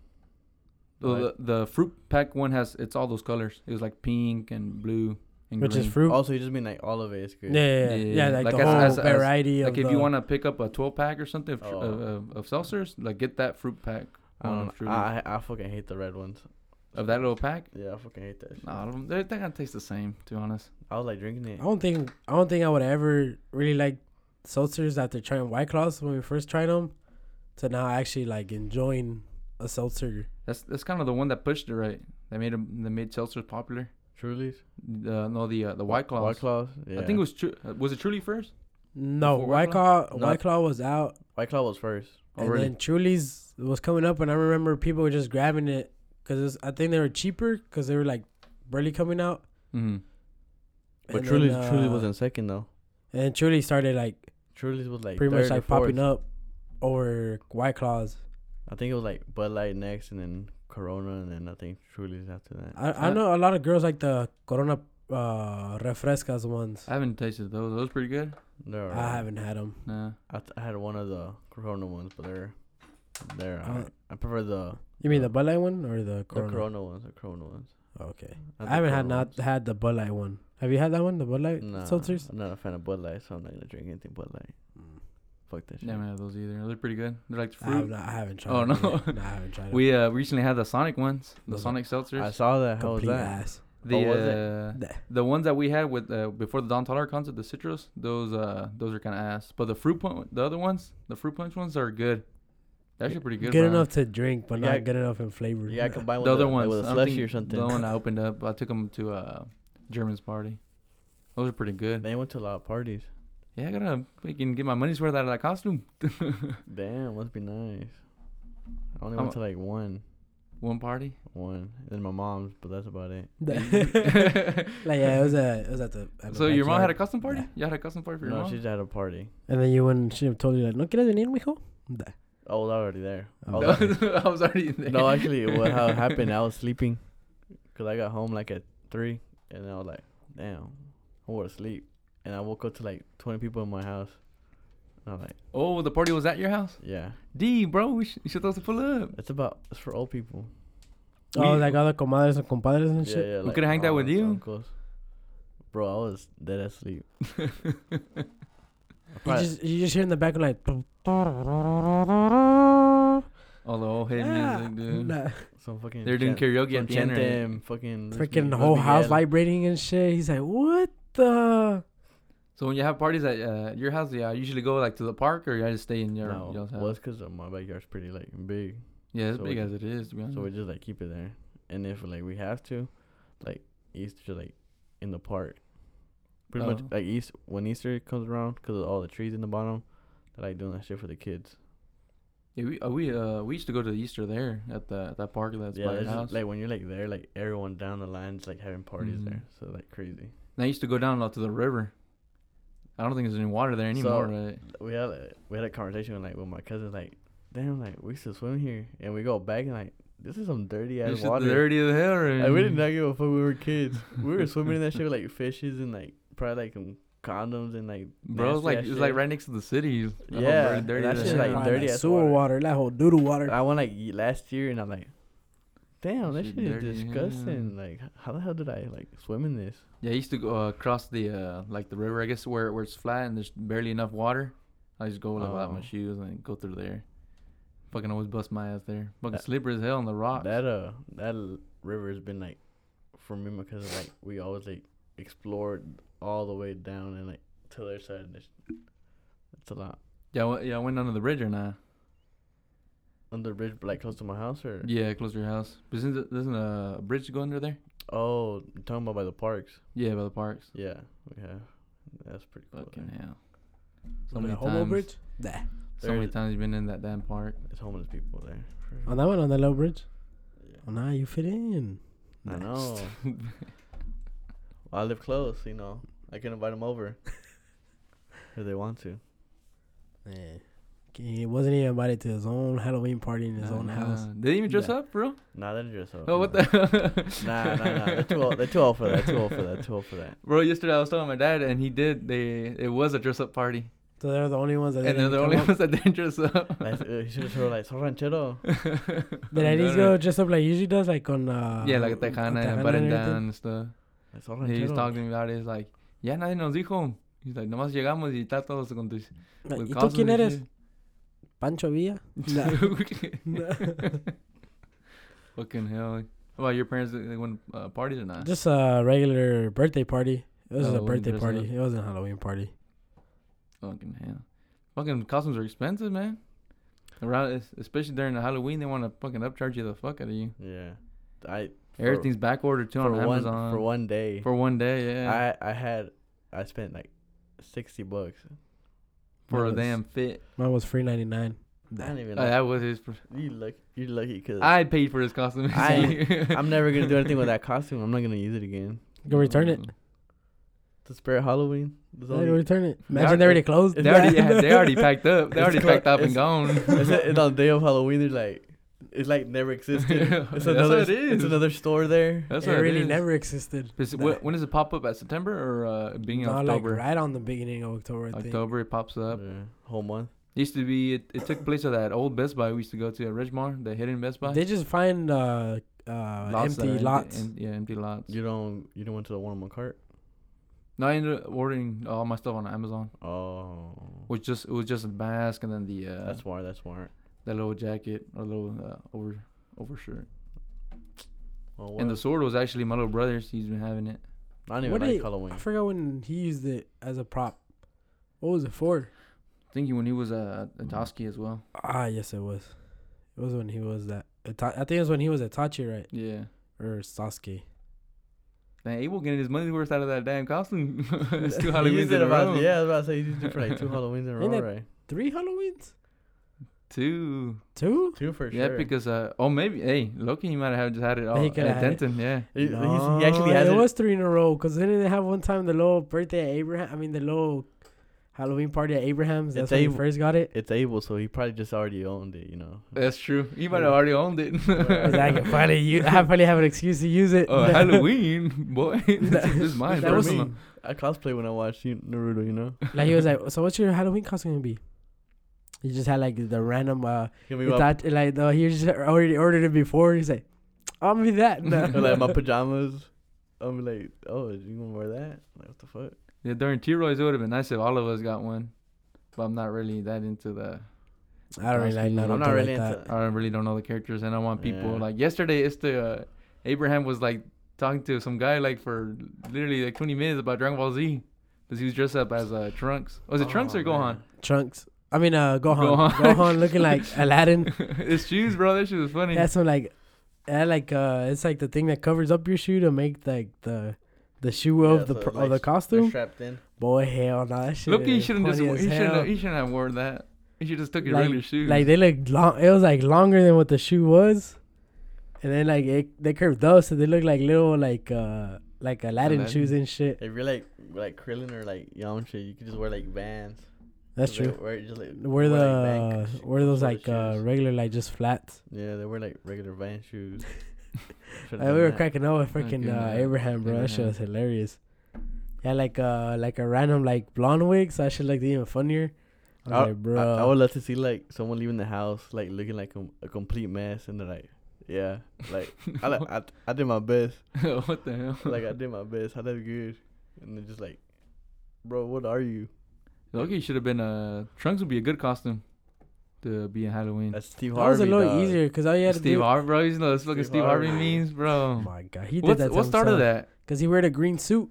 Oh, The, the fruit pack one has it's all those colors. It was like pink and blue and
which
green. Oh,
is fruit.
Also, you just mean like all of it. It's good.
yeah, yeah, yeah,
Yeah,
Yeah, like,
like
the
as-
whole
as- as-
variety
Like
of.
if
the,
you want to pick up a 12 pack or something of, tr-
Oh.
of, of, of seltzers, like get that fruit pack
I,
one
don't
of,
know.
Trulies.
I, I I fucking hate the red ones.
of that little pack.
Yeah, I fucking hate that. Shit.
Nah, I don't- they're, they're gonna taste the same. To be honest,
I was like drinking it.
I don't think I don't think I would ever really like seltzers after trying White Claws when we first tried them, to now actually like enjoying a seltzer.
that's that's kind of the one that pushed it right. They made 'em- they made seltzers popular.
Trulies.
The, no, the uh, the white claws.
White claws. Yeah.
I think it was true. Was it truly first?
No,
Before
White
White
Claw
No.
White Claw was out,
White Claw was first.
Oh,
and
really?
then Truly's was coming up, and I remember people were just grabbing it because I think they were cheaper because they were like barely coming out.
Mm-hmm.
But
and then,
Trulies, Trulies
uh,
was in second though.
And Truly started like
Trulies was like
pretty much
third or
like popping
fourth.
up over White Claws.
I think it was like Bud Light next, and then Corona, and then I think Trulies after that.
I, I
Uh,
know a lot of girls like the Corona uh, Refrescas ones.
I haven't tasted those. Those pretty good.
They're
I,
alright.
haven't had them.
Nah.
I, t- I had one of the Corona ones, but they're they're.
I
I,
don't-
I prefer the
You mean the Bud Light one or the Corona?
the Corona ones. The Corona ones.
Okay. I
Not the
haven't had
Corona
not had the Bud Light one. Have you had that one? The Bud Light
ones. Nah,
seltzers?
I'm not a fan of Bud Light, so I'm not gonna drink anything Bud Light. Fuck that shit.
Never had those either. They're pretty good. They're like
I, have
fruit.
not, I haven't tried.
Oh,
it
no.
yet. no, I haven't tried it.
We uh, recently had the Sonic ones, the
Those are
Sonic seltzers.
I saw that. How was
complete
that?
ass.
the
what was it?
uh,
Th-
the ones that we had with uh, before the Don Tolar concert, the citrus. Those uh, those are kind of ass. But the fruit punch, the other ones, the fruit punch ones are good. They're actually pretty good.
Good,
bro.
enough to drink, but
You
not
gotta-
good enough in flavor.
You gotta combine
The
with
other
a, like,
ones,
with a
I don't
slushy
think
or something.
The one I opened up, I took them to uh, German's party. Those are pretty good.
They went to a lot of parties.
Yeah, I gotta freaking get my money's worth out of that costume.
Damn, must be nice. I only
I'm
went
a-
to like one,
One party.
one, and then my mom's, but that's about it.
like yeah, it was a it was at the. At my
So your mom had a
backyard.
custom party?
Yeah.
You had a custom party for your
No,
mom?
she just had a party.
And then you went and she told you like, "No quieres venir, mijo." Nah.
I was already there. I
Oh.
was
No.
already-
I was already there.
no, actually, what how it happened? I was sleeping, cause I got home like at three, and I was like, damn, I want to sleep, and I woke up to like twenty people in my house. And I'm like,
Oh, the party was at your house?
yeah,
D, bro, we sh- you should supposed to pull up.
it's about it's for old people.
Oh,
We-
like all the comadres and compadres and
Yeah,
shit.
yeah.
We coulda hanged out with
aunts,
you.
uncles. Bro, I was dead asleep. I
You
probably-
just you just hear in the background like,
All the old head
Yeah.
music, dude.
Ah, Nah.
Some fucking.
They're doing
chan-
karaoke
some
at the end, right?
Chantem, Fucking.
Freaking whole house vibrating and shit. He's like, what the?
So when you have parties at uh, your house, yeah, I usually go like to the park, or I just stay in your
No,
y'all's house.
well, it's because my backyard's pretty like big,
yeah, as
so
big
we-
as it is, to be honest.
so we just like keep it there. And if like we have to, like Easter, like in the park, pretty much
Oh.
like East when Easter comes around, because of all the trees in the bottom, they're like doing that shit for the kids.
yeah, we uh, we uh we used to go to Easter there at the at that park that's
yeah,
by your
it's just,
house.
like when you're like there, like everyone down the line's like having parties
Mhm.
there, so like crazy.
and I used to go down lot to the river. I don't think there's any water there anymore, right?
we had a, we had a conversation with, like with my cousin, like, damn, like we used to swim here, and we go back and like this is some dirty
It's
ass
just
water.
dirty as hell, right?
Like, we did not give a fuck. when We were kids. we were swimming in that shit with like fishes and like probably like some condoms and like.
Bro, it's
nasty
like
ass
it's like
shit.
right next to the city. It's all
Yeah,
dirty- dirty
that
as Ah,
shit's,
Shit,
hell.
like,
probably
dirty
that
as
sewer
water.
water. That whole doodle water.
I went like ye- last year, and I'm like, damn, that
Shit
shit is
dirty, yeah.
disgusting. Like, how the hell did I like swim in this?
Yeah, I used to go uh, across the uh, like the river, I guess, where where it's flat and there's barely enough water. I just go like without my
Oh.
shoes and go through there. Fucking always bust my ass there. Fucking
That-
slippery as hell on the rocks.
That uh, that l- river has been like, for me, my cousin, like we always like explored all the way down and like to the other side. And it's, it's a lot
yeah, I went, yeah, I went under the bridge or not?
under the bridge, but like close to my house or
Yeah, close to your house. But isn't th- doesn't a bridge go under there?
oh, you're talking about by the parks.
Yeah, by the parks.
Yeah, we have. That's pretty cool.
Fucking
there.
hell. So
On
many
the homo
times.
bridge? Nah.
So many
There's-
times you've been in that damn park.
It's homeless people there.
On that one, on that low bridge?
Yeah.
Oh, nah, you fit in.
I
Next.
know. I live close, you know. I can invite them over if they want to.
Yeah. He wasn't even invited to his own Halloween party in his own
Uh,
house.
They didn't even dress
Yeah.
up, bro.
Nah, they're just old.
Oh, what the?
Nah, nah, nah. They're too old. They're too old for that. Too old for that. Too old for that.
Bro, yesterday I was talking to my dad, and he did. They it was a dress up party,
So they're the only ones that
and
didn't
they're the
come
only
up.
ones that didn't dress up.
Like, uh, he should have told her, like, "So ranchero."
Did
I'm
at least
done
go
with-
dress up like he usually does, like on. Uh,
Yeah, like a tejana and a button
everything?
down and stuff.
Like, "So
He was
ranchero."
talking about it. He's like, ya nadie nos dijo. He's like, nomás llegamos y está todos con tus
Like,
with
¿Y tú
costumes
quién
and
eres?
shit."
Pancho Villa? Nah.
Fucking hell. Well, your parents they went uh, party or not?
Just a regular birthday party. It was a
Halloween
birthday
dress
party.
up.
It wasn't a Halloween party.
Fucking hell. Fucking costumes are expensive, man. Around, es- especially during the Halloween, they want to fucking upcharge you the fuck out of you.
Yeah, I for-
Everything's back ordered too
for
on
one
Amazon
for one day.
for one day. Yeah,
I I had I spent like sixty bucks.
for a
Yes.
damn fit.
Mine was free ninety nine.
I don't even.
Uh,
Like,
that was his. pr-
you lucky. You lucky because
I paid for his costume.
I- I'm never gonna do anything with that costume. I'm not gonna use it again.
Go return it.
The spirit Halloween. There's
Go
only-
return it.
They
Imagine they
already-
already closed.
They already,
that.
yeah, they already packed up. They
It's
already
called-
packed up and gone.
it's, it's on day of Halloween. There's like it's like never existed.
That's
It's another.
what it is.
It's another store there.
That's
it
what
really
is.
never existed.
Is it-
Nah.
wh- when does it pop up at September or uh, beginning of
Nah, like
October?
right on the beginning of October. I think.
October it pops up.
Yeah, whole month.
Used to be it, it took place at that old Best Buy we used to go to at Ridgemar, the hidden Best Buy.
They just find uh, uh,
Lots that
empty
are
lots.
em- yeah, empty lots.
You don't. You don't went to the one on my cart.
No, I ended up ordering all my stuff on Amazon.
Oh,
Which just it was just a mask and then the uh,
that's why. That's why.
that little jacket or little uh, over overshirt.
Well,
And
Oh, well,
the sword was actually my little brother's. He's been having it.
I don't even
What
like
they-
Halloween.
I forgot when he used it as a prop. What was it for?
I think when he was uh, at Toski as well.
Ah, yes, it was. It was when he was that. Ita- I think it was when he was Itachi, right?
Yeah.
Or Sasuke.
Man, Abel getting his money's worth out of that damn costume. it's
He
two Halloweens
used it
in a
about-
row.
Yeah, I was about to say you used it for like two Halloweens in
Ain't
a row,
that-
right?
Three Halloweens?
Two.
Two?
Two for
Yeah,
sure.
because uh, oh maybe hey Loki he might have just had it all.
He coulda
at
had it.
Denton, yeah.
he, he's- he actually has
it
it.
was three in a row because didn't they have one time the little birthday at Abraham? I mean, the little Halloween party at Abraham's. That's
It's
when
Abel.
he first got it.
It's able, so he probably just already owned it. You know.
That's true. He might
Yeah.
have already owned it.
Cause I can finally, u- I finally have an excuse to use it.
Oh, Halloween, boy. this is mine.
That was
personal.
some-
I cosplay when I watched you- Naruto. You know.
like he was like, so what's your Halloween costume gonna be? He just had like the random uh,
Give me my-
Itachi, like the he just already ordered it before. He's like, I'll be that.
Or, like my pajamas. I'm like, oh, you gonna wear that? Like, what the fuck?
Yeah, during T Roy's it would have been nice if all of us got one. But I'm not really that into the
I don't really like
I'm
none
I'm
of
not really
like
into.
that.
I really don't know the characters, and I want people
Yeah.
like yesterday. It's the uh, Abraham was like talking to some guy like for literally like 20 minutes about Dragon Ball Z because he was dressed up as uh, Trunks. Was it Trunks
Oh,
or Gohan?
man.
Trunks. I mean, uh, Gohan.
Gohan.
Gohan, looking like Aladdin.
His shoes, bro. That shit was funny.
That's what like, that like uh, it's like the thing that covers up your shoe to make like the, the shoe
Yeah,
of the
so
pr- of
like
the
s- They're
costume.
strapped in.
Boy, hell no, that shit.
Loki
is
shouldn't just.
funny
He
as
shouldn't.
hell.
Have, he shouldn't have worn that. He should just took his
Like-
regular shoes.
Like they looked long. It was like longer than what the shoe was, and then like it, they curved up, so they look like little like uh like Aladdin,
Aladdin.
shoes and shit.
If you're like like Krillin or like Yamcha, you could just wear like Vans.
That's
They
true.
Wear, just, like,
Were
wear, like,
the
Vans sh-
were those
sort of
like uh
shoes.
regular like just flats?
yeah, they wear like regular Van shoes. Should've
Like,
done
we were
that.
cracking up with freaking
Freaking,
uh,
uh,
Abraham, bro. That shit
Abraham.
was hilarious. Yeah, like uh like a random like blonde wig, so that shit looked even funnier. I was
I-
like,
I-
bro,
I, would love to see like someone leaving the house like looking like a, a complete mess, and they're like, yeah, like I like I, I did my best,
what the hell?
like I did my best, I did good, and they're just like, bro, what are you?
Loki should have been uh, Trunks would be a good costume to be in Halloween.
That's Steve
that
Harvey.
was a little
dog.
easier because all you had to
Steve
do.
Harvey, bro. You know, let's look at
Steve
Steve Harvey
Harvey.
memes,
Oh
bro.
my god, he did
What's,
that. to
what started
himself.
that?
Because he wear a green suit.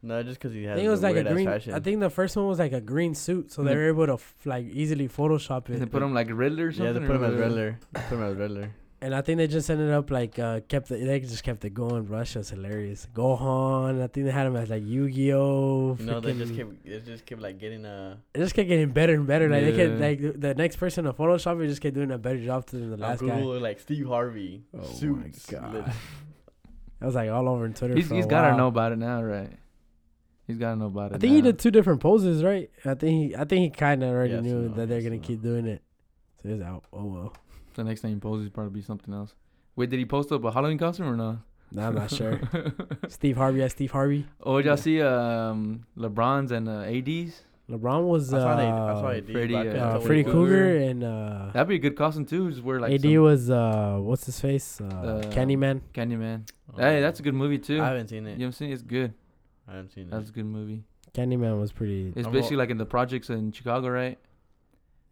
No, just because he
I
has
think it was like a green.
fashion. Mm-hmm.
I think the first one was like a green suit, so
And
they
they-
were able to f- like easily Photoshop
And they
it.
put him like Riddler or something.
yeah, they
or
put him as
whatever.
Riddler. They put him as Riddler.
And I think they just ended up like uh, kept. The, they just kept it going, bro. That shit was hilarious. Gohan. I think they had him as like Yu Gi Oh.
No, they just kept they just kept like getting uh
It just kept getting better and better. Like they kept
Yeah.
like the- the next person to Photoshop it just kept doing a better job than the
on
last guy.
Google like Steve Harvey
Oh my
suits.
God.
lit-
That was like all over on Twitter.
He's,
for
he's
a
gotta
while.
know about it now, right? He's gotta know about it.
I think he
now.
did two different poses, right? I think he. I think he kind of already
Yes,
knew
no,
that they're
yes,
gonna
no.
keep doing it. So he's out. Oh well.
The next time he posts, he's probably be something else. Wait, did he post up a Halloween costume or no?
Nah, I'm not sure. Steve Harvey. as Steve Harvey.
oh, did y'all
Yeah.
see um, LeBron's and uh, AD's?
LeBron was.
I
Uh,
saw they, I saw they did,
Freddy,
but I couldn't
uh,
tell
uh,
what it
Freddy
was.
Cougar and uh,
That'd be a good costume too. Just wear like
AD
some
was uh, what's his face? Uh,
Uh,
Candyman.
Candyman.
Oh.
Hey, that's a good movie too.
I haven't seen
you
it.
haven't seen it? It's good.
I haven't seen
That's
it.
a good movie.
Candyman was pretty.
It's
I'm
basically
all-
like in the projects in Chicago, right?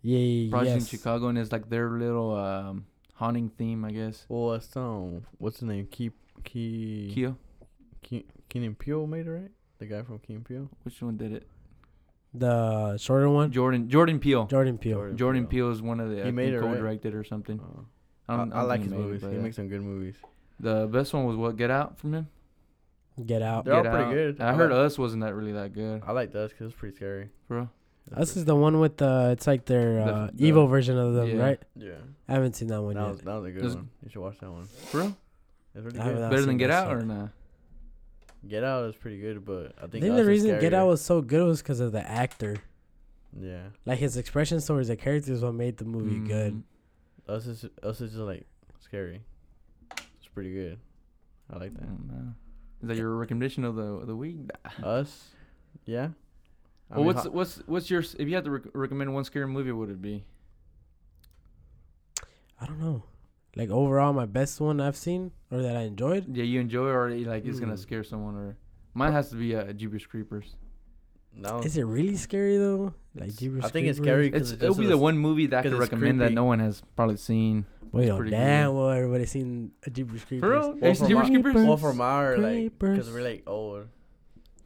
Yeah, yeah,
Projects in
yes.
Chicago, and it's like their little um, haunting theme, I guess.
Well, uh, some what's his name? Keep Key Key
Keo,
Key- Keenan Peele made it right. The guy from Keenan Peele.
which one did it?
The shorter one,
Jordan Jordan Peele.
Jordan Peele.
Jordan
Jordan
Peele.
Peele is one of the
He
I
made
think
it, right?
co-directed or something.
Oh.
I,
I,
don't,
I
don't
like
think
his
he made it,
movies.
but
he
yeah.
makes some good movies.
The best one was what Get Out from him.
Get out.
They're all
Get
pretty
Out.
good.
I,
I
heard
like-
Us wasn't that really that good,
I like those because it's pretty scary.
bro.
That's
This is the one with the. It's like their
The-
uh,
the-
evil version of them,
yeah.
right?
pretty- yeah.
I haven't seen that one
That
yet.
was, that was a good
There's-
one. You should watch that one.
For real?
It's really
I haven't-
good.
I've
Better than
seen
Get
that
Out
shit.
or nah?
Get Out is pretty good, but I
I
think,
think
Us
the
is
reason Get
scarier.
Out was so good was because of the actor.
yeah.
Like his expressions towards the characters, what made the movie
Mm,
good.
Us is Us is just like scary. It's pretty good. I like
Mm.
that.
Nah. Is that your recommendation of the of the week?
Us, yeah.
well,
I mean,
what's
ho-
what's what's your? If you had to rec- recommend one scary movie, what would it be?
I don't know. Like overall, my best one I've seen or that I enjoyed.
Yeah, you enjoy or you like it's gonna
Hmm.
scare someone or mine has to be uh, Jeepers Creepers.
that one-
Is it really scary though? Like
It's-
Jeepers
I think it's
Creepers?
scary
It's
because
it'll be the one movie that I
'cause
could
it's
recommend that
creepy.
no one has probably seen.
Wait,
It's
oh,
pretty
damn,
good.
well, everybody seen a Jeepers Creepers.
For real,
Well,
It's
from
Jeepers
my-
Creepers
Well, from our like, because
Creepers.
we're like old.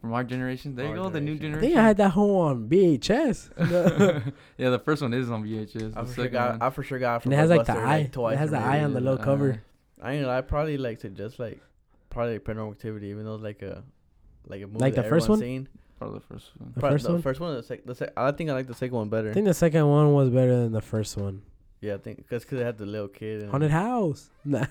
from our generation. There you
Our
go, the new
I
generation.
think I had that home on VHS.
yeah, the first one is on VHS. the
I for sure
second
got.
one-
I for sure got.
And
From
it has like the
Blockbuster,
eye.
twice
it has the
removed.
eye on the
Yeah,
little
uh,
cover.
I ain't gonna lie, probably like suggest like probably like Paranormal Activity, even though it's like a like a movie
Like
that
the first
everyone's
one?
Seen.
Probably the first one.
The
Probably
first
the
one.
first one, or the sec- the sec- I think I like the second one better.
I think the second one was better than the first one.
yeah, I think because it had the little kid. And
Haunted House. Nah,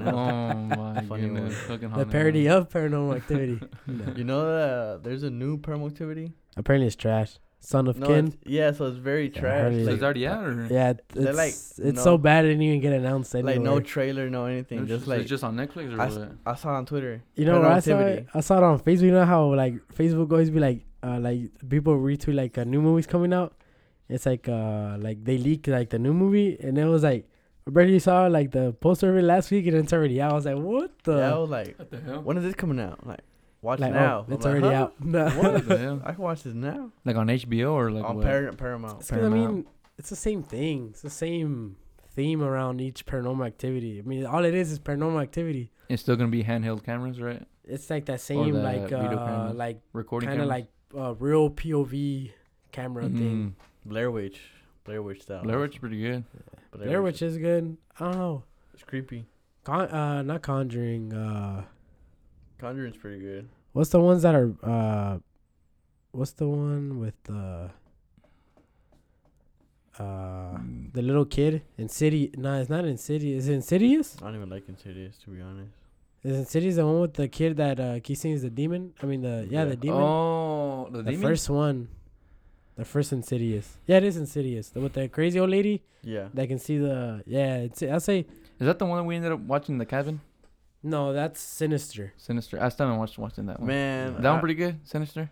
House.
Oh my
Funny
goodness!
one.
the
Fucking haunted
parody
house.
of Paranormal Activity. No.
You know, uh, there's a new Paranormal Activity.
Apparently, it's trash. Son of
No,
Kin.
it's- yeah, so it's very
Yeah, I
trash.
heard it
So
is.
Like,
it's already out or
Yeah, it-
They're
it's
like,
it's
no-
so bad it didn't even get announced anywhere.
like no trailer, no anything.
It's
just like
it's just on Netflix or
I
what?
s- I saw on Twitter.
You know where I saw it?
Productivity.
I saw it on Facebook. You know how like Facebook always be like, uh, like people retweet like uh, new movies coming out. It's like uh, like they leak like the new movie, and it was like, I barely saw like the poster of it last week, and it's already out. I was like, what the?
yeah, I was like,
What the hell?
when is this coming out? I'm like, watch
like, oh,
now.
it's
I'm like,
already
huh?
out. No.
What the hell?
I can watch this now
Like on HBO or like
on
what?
Par- Paramount.
It's 'cause, I
Paramount.
mean, it's the same thing. It's the same theme around each paranormal activity. I mean, all it is is paranormal activity.
It's still gonna be handheld cameras, right?
It's like that same
the
like
video
uh,
cameras.
like
Recording
kind of like uh, real POV camera
Mm-hmm.
thing.
Blair Witch, Blair Witch style.
Blair Witch is pretty good.
Blair Witch is good. I don't know.
It's creepy.
Con- uh, not Conjuring. Uh,
Conjuring's pretty good.
what's the ones that are? Uh, what's the one with the? Uh,
Mm.
the little kid in City. No, it's not Insidious. Is it Insidious?
I don't even like Insidious to be honest.
Is Insidious the one with the kid that uh, he sings the demon? I mean the yeah,
Yeah.
the demon.
Oh, the,
the
demon.
first one. The first Insidious. Yeah, it is Insidious. The, with the crazy old lady
Yeah.
that can see the yeah. It's, I'll say
is that the one that we ended up watching in the cabin?
no. That's Sinister.
Sinister. I still haven't watched watching that one.
Man,
that
I-
one pretty good. Sinister.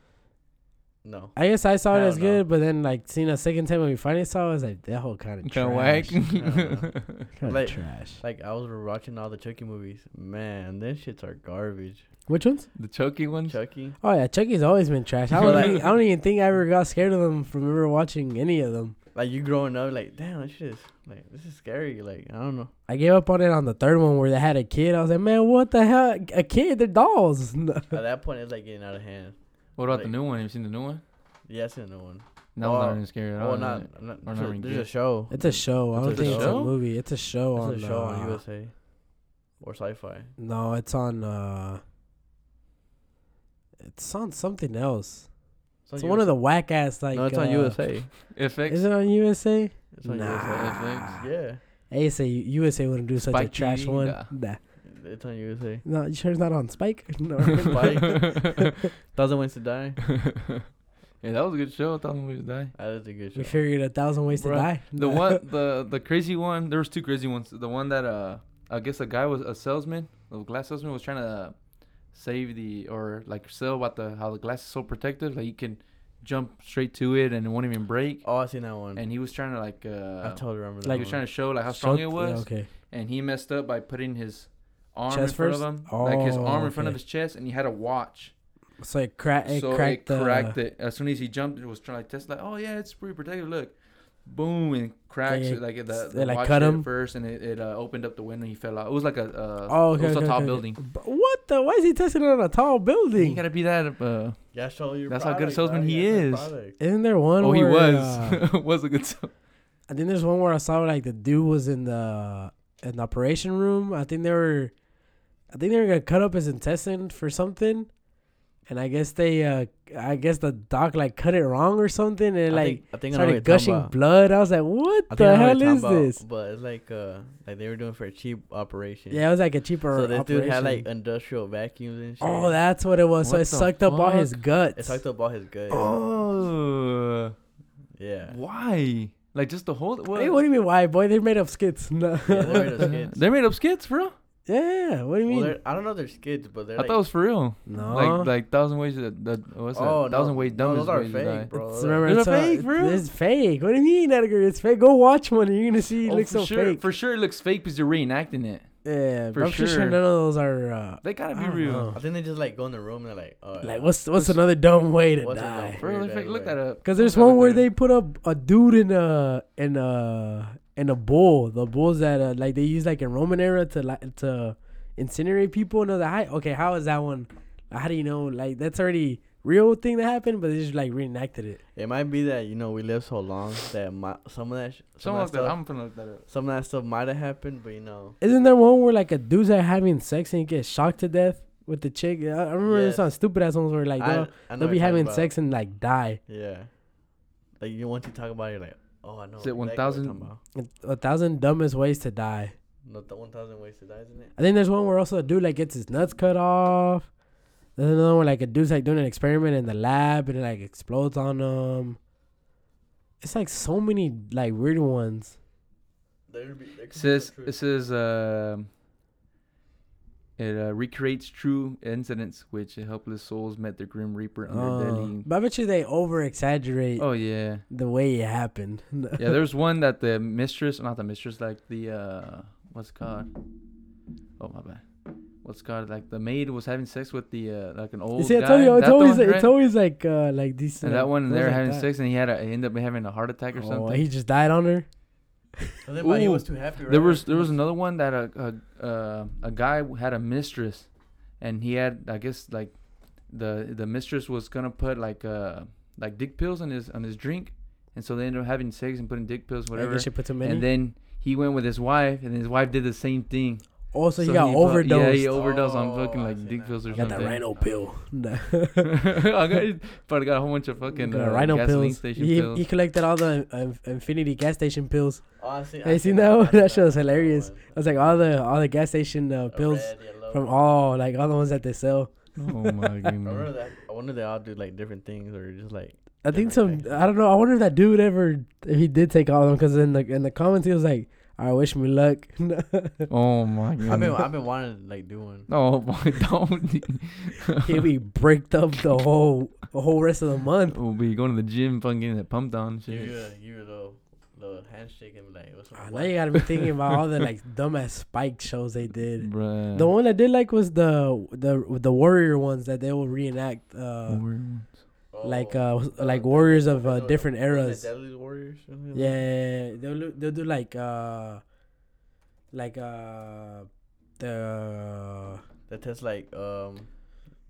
no.
I guess I saw it
Hell
as
no.
good, but then like seeing a second time when we finally saw it, I was like that whole kind of
Kind of
trash.
whack.
Yeah.
Kinda
Like-
trash.
Like I was watching all the Chucky movies. Man, them shits are garbage.
Which ones?
the Chucky ones.
Chucky.
Oh yeah, Chucky's always been trash. I
Well,
don't,
like-
even, I don't even think I ever got scared of them from ever watching any of them.
Like you growing up, like damn, that shit is like this is scary. Like I don't know.
I gave up on it on the third one where they had a kid. I was like, man, what the hell? A kid? They're dolls.
At that point, it's like getting out of hand.
What about the
Like-
new one? Have you seen the new one?
Yeah, I seen the one.
That one's
Oh.
not even scary at all.
Oh,
is
not,
it?
not,
Or
there's,
not
a,
even
there's a
good.
show.
It's a show. I
It's
don't
a
think it's a
show?
movie. It's a show on.
It's a show on
uh,
USA or Sci-Fi.
No, it's on. uh It's on something else. It's, one of the whack ass like.
no, it's on
uh,
USA.
FX.
Is it on USA?
It's on
Nah.
USA.
FX.
Yeah,
I say USA wouldn't do such a
Spike
trash
TV?
one.
Nah.
Nah.
it's on USA.
No, you sure it's not on Spike? No.
Spike. Thousand Ways to Die.
yeah, that was a good show. I thought we would die.
That is a good show.
we figured a thousand ways
Bruh,
to die.
The one, the the crazy one. There was two crazy ones. The one that uh, I guess a guy was a salesman, a glass salesman, was trying to uh, save the or like sell about the how the glass is so protective, like you can jump straight to it and it won't even break.
Oh, I seen that one.
And he was trying to like
I
uh,
totally remember that.
Like-
he
one.
was trying to show like how strong
Show-
it was,
yeah, okay.
and he messed up by putting his arm
Chest
in front
first?
of him, like his
Oh,
arm in front of
okay.
his chest, and he had a watch
So it, cra- it
so
cracked
it
the.
cracked it as soon as he jumped. It was trying to test like, oh yeah, it's pretty protective. Look, boom, and cracks
Yeah,
it like the,
s-
the
like,
watch
cut
hit
him.
first, and it, it uh, opened up the window. and He fell out. It was like a uh,
Oh,
it
okay.
was
okay,
a tall
okay.
building.
B- What the? Why is he testing it on a tall
You
building?
gotta be that. Uh,
Yeah, show your
That's how good a
product,
salesman
dog.
he
Yeah,
is.
good product.
Isn't there one?
oh, he
where,
was
uh,
was a good. s-
I think there's one where I saw like the dude was in the uh, in the operation room. I think they were, I think they were gonna cut up his intestine for something, and I guess they, uh I guess the doc like cut it wrong or something, and it,
I
like
think, I think I know what
started
you're talking
gushing
about.
blood. I was like, what
I think
the
I know what
hell
you're talking
is
about,
this?
But it's like uh, like they were doing for a cheap operation.
Yeah, it was like a cheaper
So this
operation.
dude had like industrial vacuums and shit.
oh, that's what it was. so
What
it
the
sucked up all his
fuck?
guts.
it sucked up all his guts.
Oh,
Yeah.
why? Like just the whole. What?
Hey, what do you mean why, boy? They made up skits. No.
Yeah, they made
what
up
the-
skits.
They made up skits, bro.
yeah, what do you
Well,
mean?
they're- I don't know their skids, but they're
I
like,
thought it was for real.
no.
Like like thousand ways to the what's that?
Oh, no.
thousand ways
No,
dumbest
those are
ways to
fake,
die.
bro.
It's-
Like-
remember,
It's
it's,
a
all-
fake,
it-
bro.
It's fake. What do you mean, Edgar? It's fake. Go watch one. and You're gonna see it
Oh,
looks
for
so
sure,
fake.
for sure it looks fake because you're reenacting it.
yeah, but
for
I'm pretty sure
sure.
none of those are. Uh,
They gotta
I
be
don't
real.
know.
I think they just like go in the room and they're like, oh,
like, what's what's another dumb way to
what's a dumb
die?
For real,
Weird
in fact, look
anyway.
that up.
Because there's
Look
one
that
where
up.
they put a a dude in a in a in a bull. The bulls that uh, like they use like in Roman era to like to incinerate people. And I was like, "Hi- okay, how is that one? How do you know? Like that's already real thing that happened, but they just like reenacted it.
It might be that you know we live so long that my, some of that sh- some
Someone
of
looked
that
that.
stuff
I'm gonna look that up.
some of that stuff might have happened, but you know,
Isn't there one where like a dude's like having sex and he gets shocked to death with the chick? I I remember
Yes.
this on stupid ass ones where like
I,
they'll,
I know
they'll
what
be
you're talking
having
about.
sex and like die.
Yeah, like you once you talk about it, you're like, oh, I know.
Is it
exactly what you're
1000?
talking about.
A thousand dumbest ways to die.
Not the one thousand ways to die, isn't it?
I think there's one where also a dude like gets his nuts cut off. There's another one where like a dude's like doing an experiment in the lab and it like explodes on him. It's like so many like weird ones.
There'd be, there could
It
be
says
some truth.
it says um it uh, recreates true incidents which helpless souls met the grim reaper on their
Uh,
daily.
but I bet you they over exaggerate
Oh yeah,
the way it happened.
yeah. There's one that the mistress, not the mistress, like the uh, what's it called? Oh my bad. what's called like the maid was having sex with the uh, like an
You
old
see, I
guy.
told you, it's
That the
always
one,
it's
right?
always like uh, like these.
and
uh,
that one
girls
they're
like
having
that.
sex and he had a, he ended up having a heart attack or
Oh,
something.
he just died on her.
I think he
Ooh.
was too happy. Right?
There was there was another one that a a uh, a guy had a mistress, and he had I guess like the the mistress was gonna put like uh like dick pills on his on his drink, and so they ended up having sex and putting dick pills
Whatever.
whatever.
Like she put too many.
And then he went with his wife, and his wife did the same thing.
oh, so, he
So
got
he fu-
overdosed.
Yeah, he overdosed on
Oh,
fucking
I
like
see
dick
now.
pills or
I got that
something.
rhino pill. Nah.
I got probably got a whole bunch of fucking
Got
uh,
rhino
gasoline
pills.
station
He,
pills.
he collected all the um, infinity gas station pills.
Oh, I see,
Hey,
I
seen
see
that
now.
one?
I see
That shit
now.
was hilarious.
one.
It's like all the all the gas station uh,
A
pills
red, yellow.
from all like all the ones that they sell.
oh my
I wonder
god!
that. I wonder they all do like different things or just like.
I think some.
Different types.
I don't know. I wonder if that dude ever if he did take all of them because in the in the comments he was like, "I wish me luck."
Oh my god!
I've been I've been wanting to like do one.
Oh my, don't.
He'd be bricked up the whole the whole rest of the month.
We'll be Oh, going to the gym, fucking getting it pumped on. and
Give you
Shit.
a give you a little little handshake and be like, what's up?
Ah,
what?
now you gotta be thinking about all the like dumbass spike shows they did.
Bruh.
The one I did like was the the the warrior ones that they will reenact. Uh,
Warriors.
Oh,
like uh was-
uh,
like
the-
warriors of
I
uh,
know,
different
wasn't it
eras.
Deadly Warriors. or something like that?
Yeah, they'll do- they'll do like uh like uh the
That that's like um.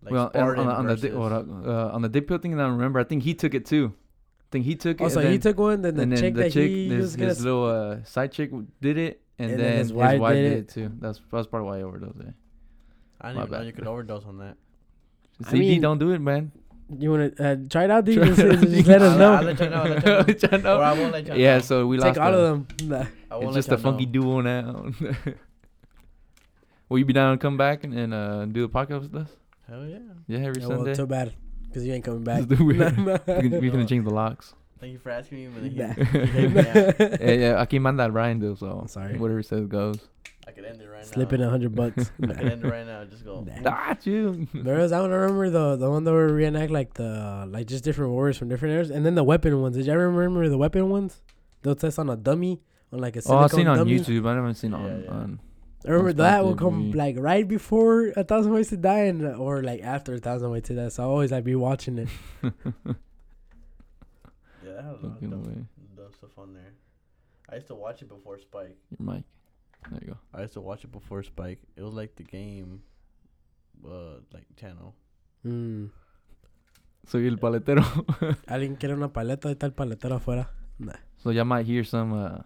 Like
uh,
well, and on,
Spartan
the, on, the di-
versus-
what, uh, on the dip pill thing that I remember, I think he took it too. I think he took it.
also
and
Oh, he
then-
took one then the
and then
chick
the
that
chick,
he
his,
was gonna
his little uh, side chick, w- did it, and,
And then
then,
his
his
wife
wife,
did
did,
it.
it too. That's that's part of why he overdosed it.
I
my
didn't even know
bad.
you could overdose on that.
I
CD,
mean-
don't do it, man.
you wanna uh, try it out dude
Try
just,
it out,
just
dude.
let us
I'll-
know
I'll let you know, I'll let you know.
Let you know.
Or I won't let you
Yeah,
know.
so we
take
lost.
all
a-
of them Nah.
I
It's
won't let
just
y'all
a funky
know.
duo now. Will you be down to come back and, and uh, do a podcast with us?
Hell yeah!
Yeah, every
Yeah,
Sunday.
well too bad because you ain't coming back
we
Nah,
can,
nah.
we can change the locks.
Thank you for asking me, but
Nah.
he, he hit me out.
yeah, yeah, I can man that Ryan though, so
I'm sorry.
whatever he says goes.
I could end it right
slipping
now.
a hundred bucks
I could end it right now. Just go.
Nah.
Got you.
There was, I don't remember the the one that were reenact like the like just different warriors from different eras, and then the weapon ones. Did you ever remember the weapon ones? They'll test on a dummy on like a
Oh,
silicone
I've seen on
dummy.
YouTube. I haven't seen it on,
Yeah, yeah.
on.
I remember
Most
that will
Wanted
come
movie.
like right before a thousand ways to die, and or like after a thousand ways to die. So I always like be watching it.
Yeah, that had a lot of
Fucking
dumb,
way.
dumb stuff on there. I used to watch it before Spike.
Your mic. There you go.
I used to watch it before Spike. It was like the game, uh, like channel.
Mm.
Soy el paletero.
Alguien quiere una paleta está el paletero afuera.
so y'all might hear some uh,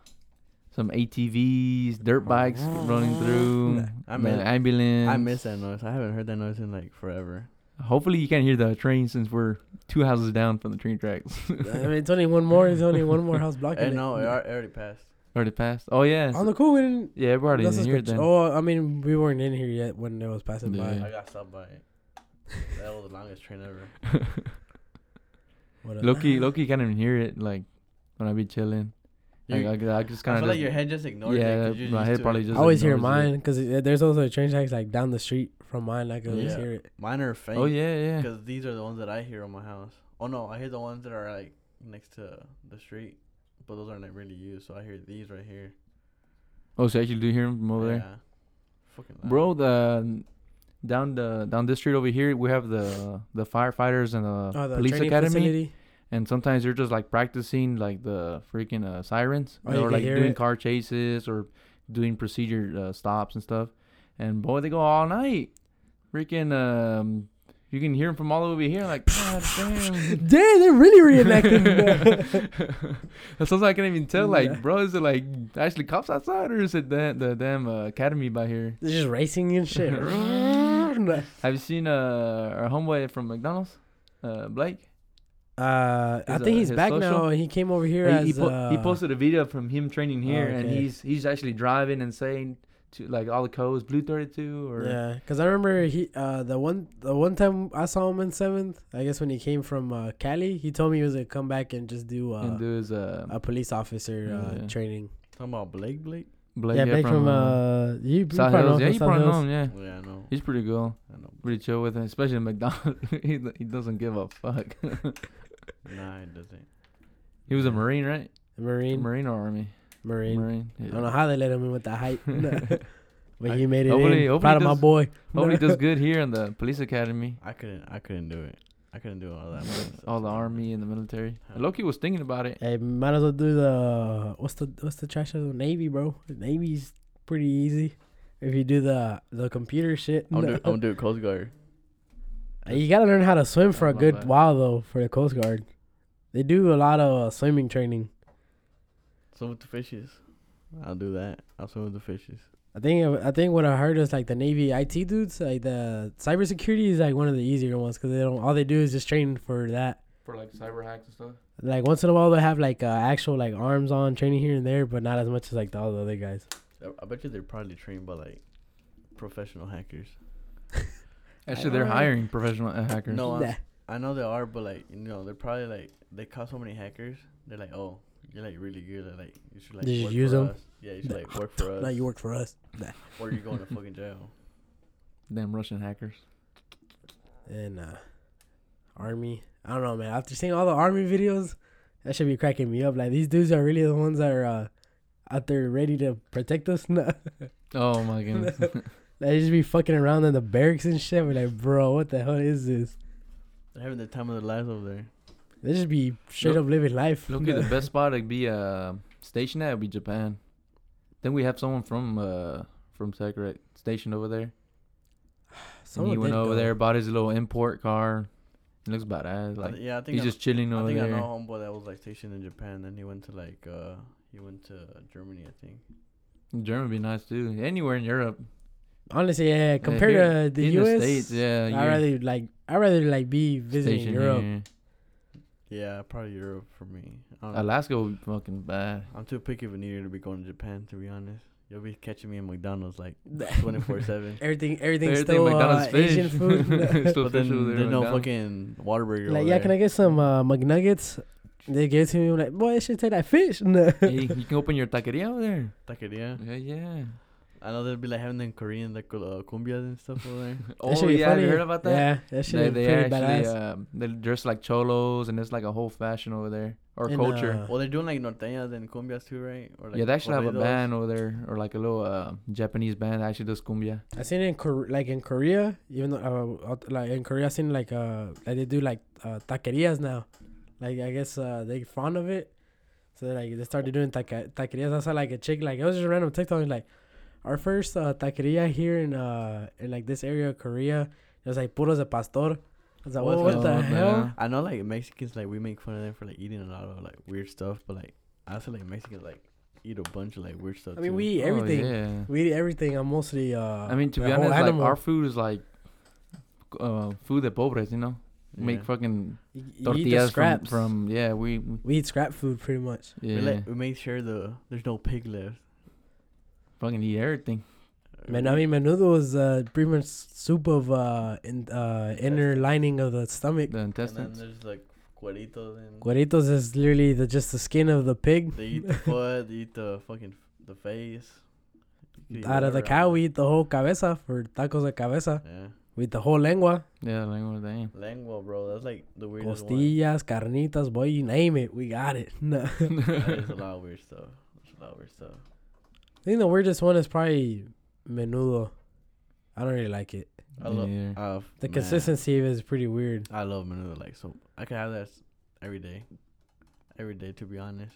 some ATVs, dirt bikes running through,
Nah,
Oh, I
the
miss-
ambulance.
I miss that noise. I haven't heard that noise in like forever.
Hopefully you can't hear the train since we're two houses down from the train tracks.
I mean, it's only one more. It's only one more house blocking.
Hey,
it.
Eh, no, it al- it already passed.
Already passed. Oh yeah.
on the cool, we didn't.
yeah, everybody
that's
didn't
just
hear it
good-
then.
oh, I mean, we weren't in here yet when it was passing
Yeah.
by.
I got stopped by it. That was the longest train ever.
What a-
Loki, Loki can't even hear it. Like when I be chilling, I,
You-
I, I just
I
kind
feel
of
like your head just ignored
yeah,
it. 'cause you're
my
used
head
to
probably
it.
just
I always hear
ignores it.
mine because there's also a train tracks like down the street from mine. I can always
Yeah.
hear it.
Mine are faint.
Oh yeah, yeah.
Because these are the ones that I hear on my house. Oh no, I hear the ones that are like next to the street, but those aren't like, really used. So I hear these right here.
Oh, so you actually do hear him from over there,
Fucking loud.
bro. The down the down this street over here, we have the the firefighters and the,
Oh, the
Uh, police
training
academy,
facility.
and sometimes they're just like practicing like the freaking uh, sirens
Oh, you
or
can
like
hear
doing
it.
car chases or doing procedure uh, stops and stuff. And boy, they go all night. Freaking, um, you can hear them from all over here. Like, god damn.
Damn, they're really reenacting.
That's something I can't even tell. Like,
Yeah.
bro, is it like actually cops outside, or is it the the damn uh, academy by here?
they're just racing and shit.
Have you seen uh our homeboy from McDonald's, uh Blake?
Uh, I think
His, uh,
he's
his
back
social?
now. He came over here
he,
as
he, po- he
uh,
posted a video from him training here, and
okay.
he's he's actually driving and saying to like all the codes, blue thirty two, or
Yeah, because I remember he uh the one the one time I saw him in seventh. I guess when he came from uh, Cali, he told me he was gonna come back and just do uh,
and do his uh
a police officer uh,
Yeah.
training.
Talking about Blake Blake?
Blake,
yeah,
yeah,
back
from, uh,
you, you
South
probably know him
Hills. Yeah,
from
you
South
probably know
Hills.
him. Yeah,
Oh, Yeah, I know.
he's pretty cool.
I know.
Pretty chill with him, especially in McDonald's. he he doesn't give a fuck.
Nah, it doesn't.
he was a marine, right?
Marine,
Marine or army?
Marine.
Marine.
I don't know how they let him in with that height. But
I-
he made it
Hopefully-
in.
hopefully
Proud of
he
my
does-
boy.
Hope he does good here in the police academy.
I couldn't. I couldn't do it. I couldn't do all that.
All the army and the military. Loki was thinking about it.
Hey, might as well do the what's the what's the trash of the Navy, bro? The Navy's pretty easy. If you do the the computer shit,
I'm gonna do Coast Guard.
you gotta learn how to swim for
I
a
love
good
that.
while though. For the Coast Guard, they do a lot of uh, swimming training.
Swim with the fishes. I'll do that. I'll swim with the fishes.
I think I think what I heard is like the Navy IT dudes, like the cybersecurity is like one of the easier ones because they don't all they do is just train for that.
For like cyber hacks and stuff.
Like once in a while they have like uh, actual like arms on training here and there, but not as much as like all the other guys.
I, I bet you they're probably trained by like professional hackers.
Actually, they're
don't-
hiring professional uh, hackers.
No,
Nah.
I, I know they are, but like you know, they're probably like they caught so many hackers. They're like, oh, you're like really good. At, like you should like
Did you
work
use
for
'em?
us. Yeah, you should like work for us.
No, you work for us. Nah.
or you're going to fucking jail.
Damn Russian hackers.
and uh army. I don't know, man. After seeing all the army videos, that should be cracking me up. Like these dudes are really the ones that are uh, out there ready to protect us. No,
Oh my goodness.
they just be fucking around in the barracks and shit. We're like, bro, what the hell is this?
They're having the time of their lives over there.
They just be straight up living life.
Loki, the best spot would be uh station at would be Japan. Then we have someone from uh from Tech right stationed over there. and he went
did
over
go.
there, bought his little import car. It looks badass.
I
Like
th- yeah, I think
he's
I,
just chilling
I
over
think I
there.
know a homeboy that was like stationed in Japan. Then he went to like uh he went to Germany, I think.
Germany would be nice too. Anywhere in Europe. Uh,
Honestly, yeah. yeah, Compared
here
to the
in
U.S.,
States, yeah.
I'd
you're
rather like I'd rather like be visiting
stationed
Europe.
here.
Yeah, probably Europe for me. I don't,
Alaska would be fucking bad.
I'm too picky of an eater to be going to Japan. To be honest, you'll be catching me in McDonald's like 24 seven.
Everything, everything's
Everything
still
McDonald's
uh,
fish.
Asian food.
Still
But then
fish over there,
there's
McDonald's.
no fucking Waterburger.
Like,
over
yeah,
there.
can I get some uh, McNuggets? They gave it to me. I'm like, boy, I should take that fish. No.
Hey, you can open your taqueria over there.
Taqueria.
Yeah, yeah.
I know they'll be like having them Korean like uh, cumbias and stuff over there.
That
Oh
should be
yeah, have you
funny.
heard about that?
Yeah, that should
They,
be
they
pretty
actually
badass.
um, they dress like cholos, and it's like a whole fashion over there or
And,
culture.
uh,
well, they're doing like norteñas and cumbias too, right? Or, like,
yeah, they actually have a
corridos.
band over there, or like a little uh, Japanese band that actually does cumbia.
I seen it in Kor- like in Korea, even though uh, out- like in Korea, I seen like uh like they do like uh, taquerias now. Like I guess uh, they fond of it, so they like they started doing taque- taquerias. I saw like a chick like it was just a random TikTok and, like our first uh, taqueria here in uh in like this area of Korea. It was like puros de pastor. I was like,
What's
"Whoa, what
going
the
on,
hell?
Oh, man?
I know like Mexicans like we make fun of them for like eating a lot of like weird stuff, but like I feel like Mexicans like eat a bunch of like weird stuff.
I mean,
too.
we eat
Oh,
everything.
yeah.
We eat everything. I'm mostly. Uh,
I mean, to
a
be
whole
honest,
animal.
like our food is like uh, food de pobres, you know. Make
Yeah.
fucking
You- you eat the
tortillas from,
scraps.
from yeah we, we
we eat scrap food pretty much.
yeah
We, like, we make sure the there's no pig left.
fucking eat everything.
Man, I mean, menudo is uh, pretty much soup of uh, in, uh, inner lining of the stomach.
The
and then
intestines.
there's like cueritos and
Guaritos is literally the, just the skin of the pig.
they eat the foot, they eat the fucking the face. You eat
Out of the
whatever
cow, we eat the whole cabeza for tacos de cabeza.
Yeah,
We eat the whole lengua,
Yeah, like what damn.
lengua, bro. That's like the weirdest one.
costillas, carnitas, boy, you name it, we got it. No. I
that is a lot of weird stuff. That's a lot of weird stuff.
think the weirdest one is probably menudo. I don't really like it.
I love
Yeah.
uh,
The
man,
consistency of it is pretty weird.
I love menudo like so. I could have that s- every day, every day. To be honest,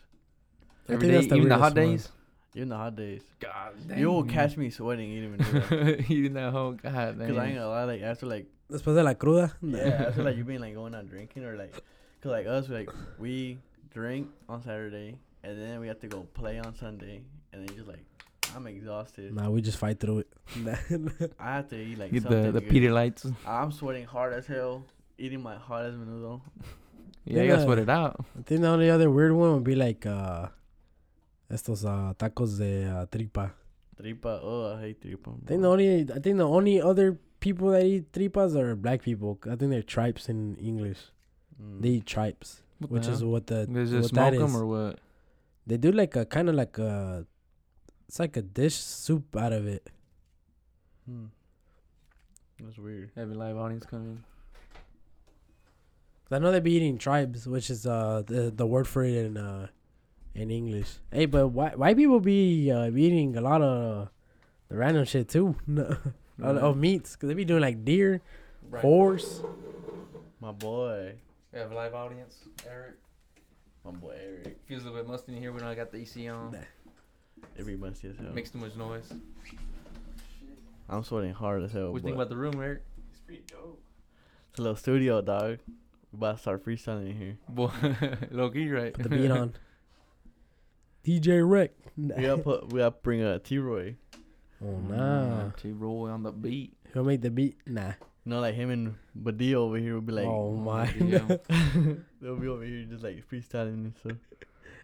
I think
Every day,
that's the
even the hot days.
weirdest
even the hot days,
God
you will catch me sweating eating menudo.
eating that whole oh, god
Cause I ain't
damn.
gonna lie, like after like
Después de la cruda.
yeah, after like you been like going out drinking or like, cause like us like we drink on Saturday and then we have to go play on Sunday and then just like I'm exhausted.
Nah, we just fight through it.
I have to eat like
Get
something
the the
good.
Peter lights.
I'm sweating hard as hell, eating my hot as menudo.
Yeah, you gotta
Yeah.
sweat it out.
I think the only other weird one would be like uh estos uh, tacos de uh, tripa.
Tripa, oh I hate tripa.
I
bro.
think the only I think the only other people that eat tripas are black people. I think they're tribes in English.
Mm.
They eat tribes,
What
which
the
is
hell?
what the
They just
what that
smoke 'em
is.
or what?
they do like a kind of like a it's like a dish soup out of it.
Hmm. That's weird.
Heavy live audience coming.
'Cause I know they be eating tribes, which is uh the the word for it in uh in English. Hey, but why why people be uh, be eating a lot of the random shit too. No. Of-
Right.
Of meats, cause they be doing like deer, horse.
My boy.
We have a live audience. Eric
My boy Eric.
feels a little bit musty in here. We don't got the AC on.
Every must as hell.
Makes too much noise.
I'm sweating hard as
Oh,
hell.
What do you think
but
about the room, Eric?
It's pretty dope.
it's a little studio, dog. We about to start freestyling in here.
Boy, low key, right?
Put the beat on. DJ Rick.
We gotta put. We gotta bring a T Roy.
Oh nah.
T roll on the beat.
He'll make the beat. Nah.
You know, like him and Badia over here will be like,
oh my.
Yeah.
they'll be over here just like freestyling and stuff.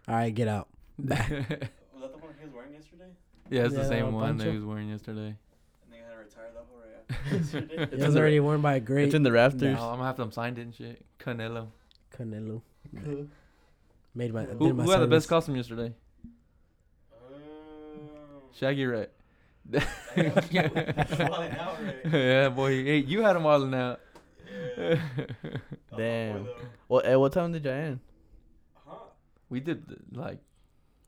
All right, get out.
Was that the one he was wearing yesterday?
yeah, it's
Yeah,
the same one that
Pancho.
he was wearing yesterday.
I think I had to retire that one right after yesterday.
It was
in the-
already worn by a great
It's in the
No, I'm
rafters.
gonna have them signed it and shit. Canelo.
Canelo. Made my.
Who,
did my
who had the
service.
best costume yesterday?
Uh,
Shaggy, right?
Falling out right.
yeah, boy. Hey, you had him wilding out.
Yeah. Oh,
Damn.
boy, though.
What? At what time did you end?
Huh?
we did th- like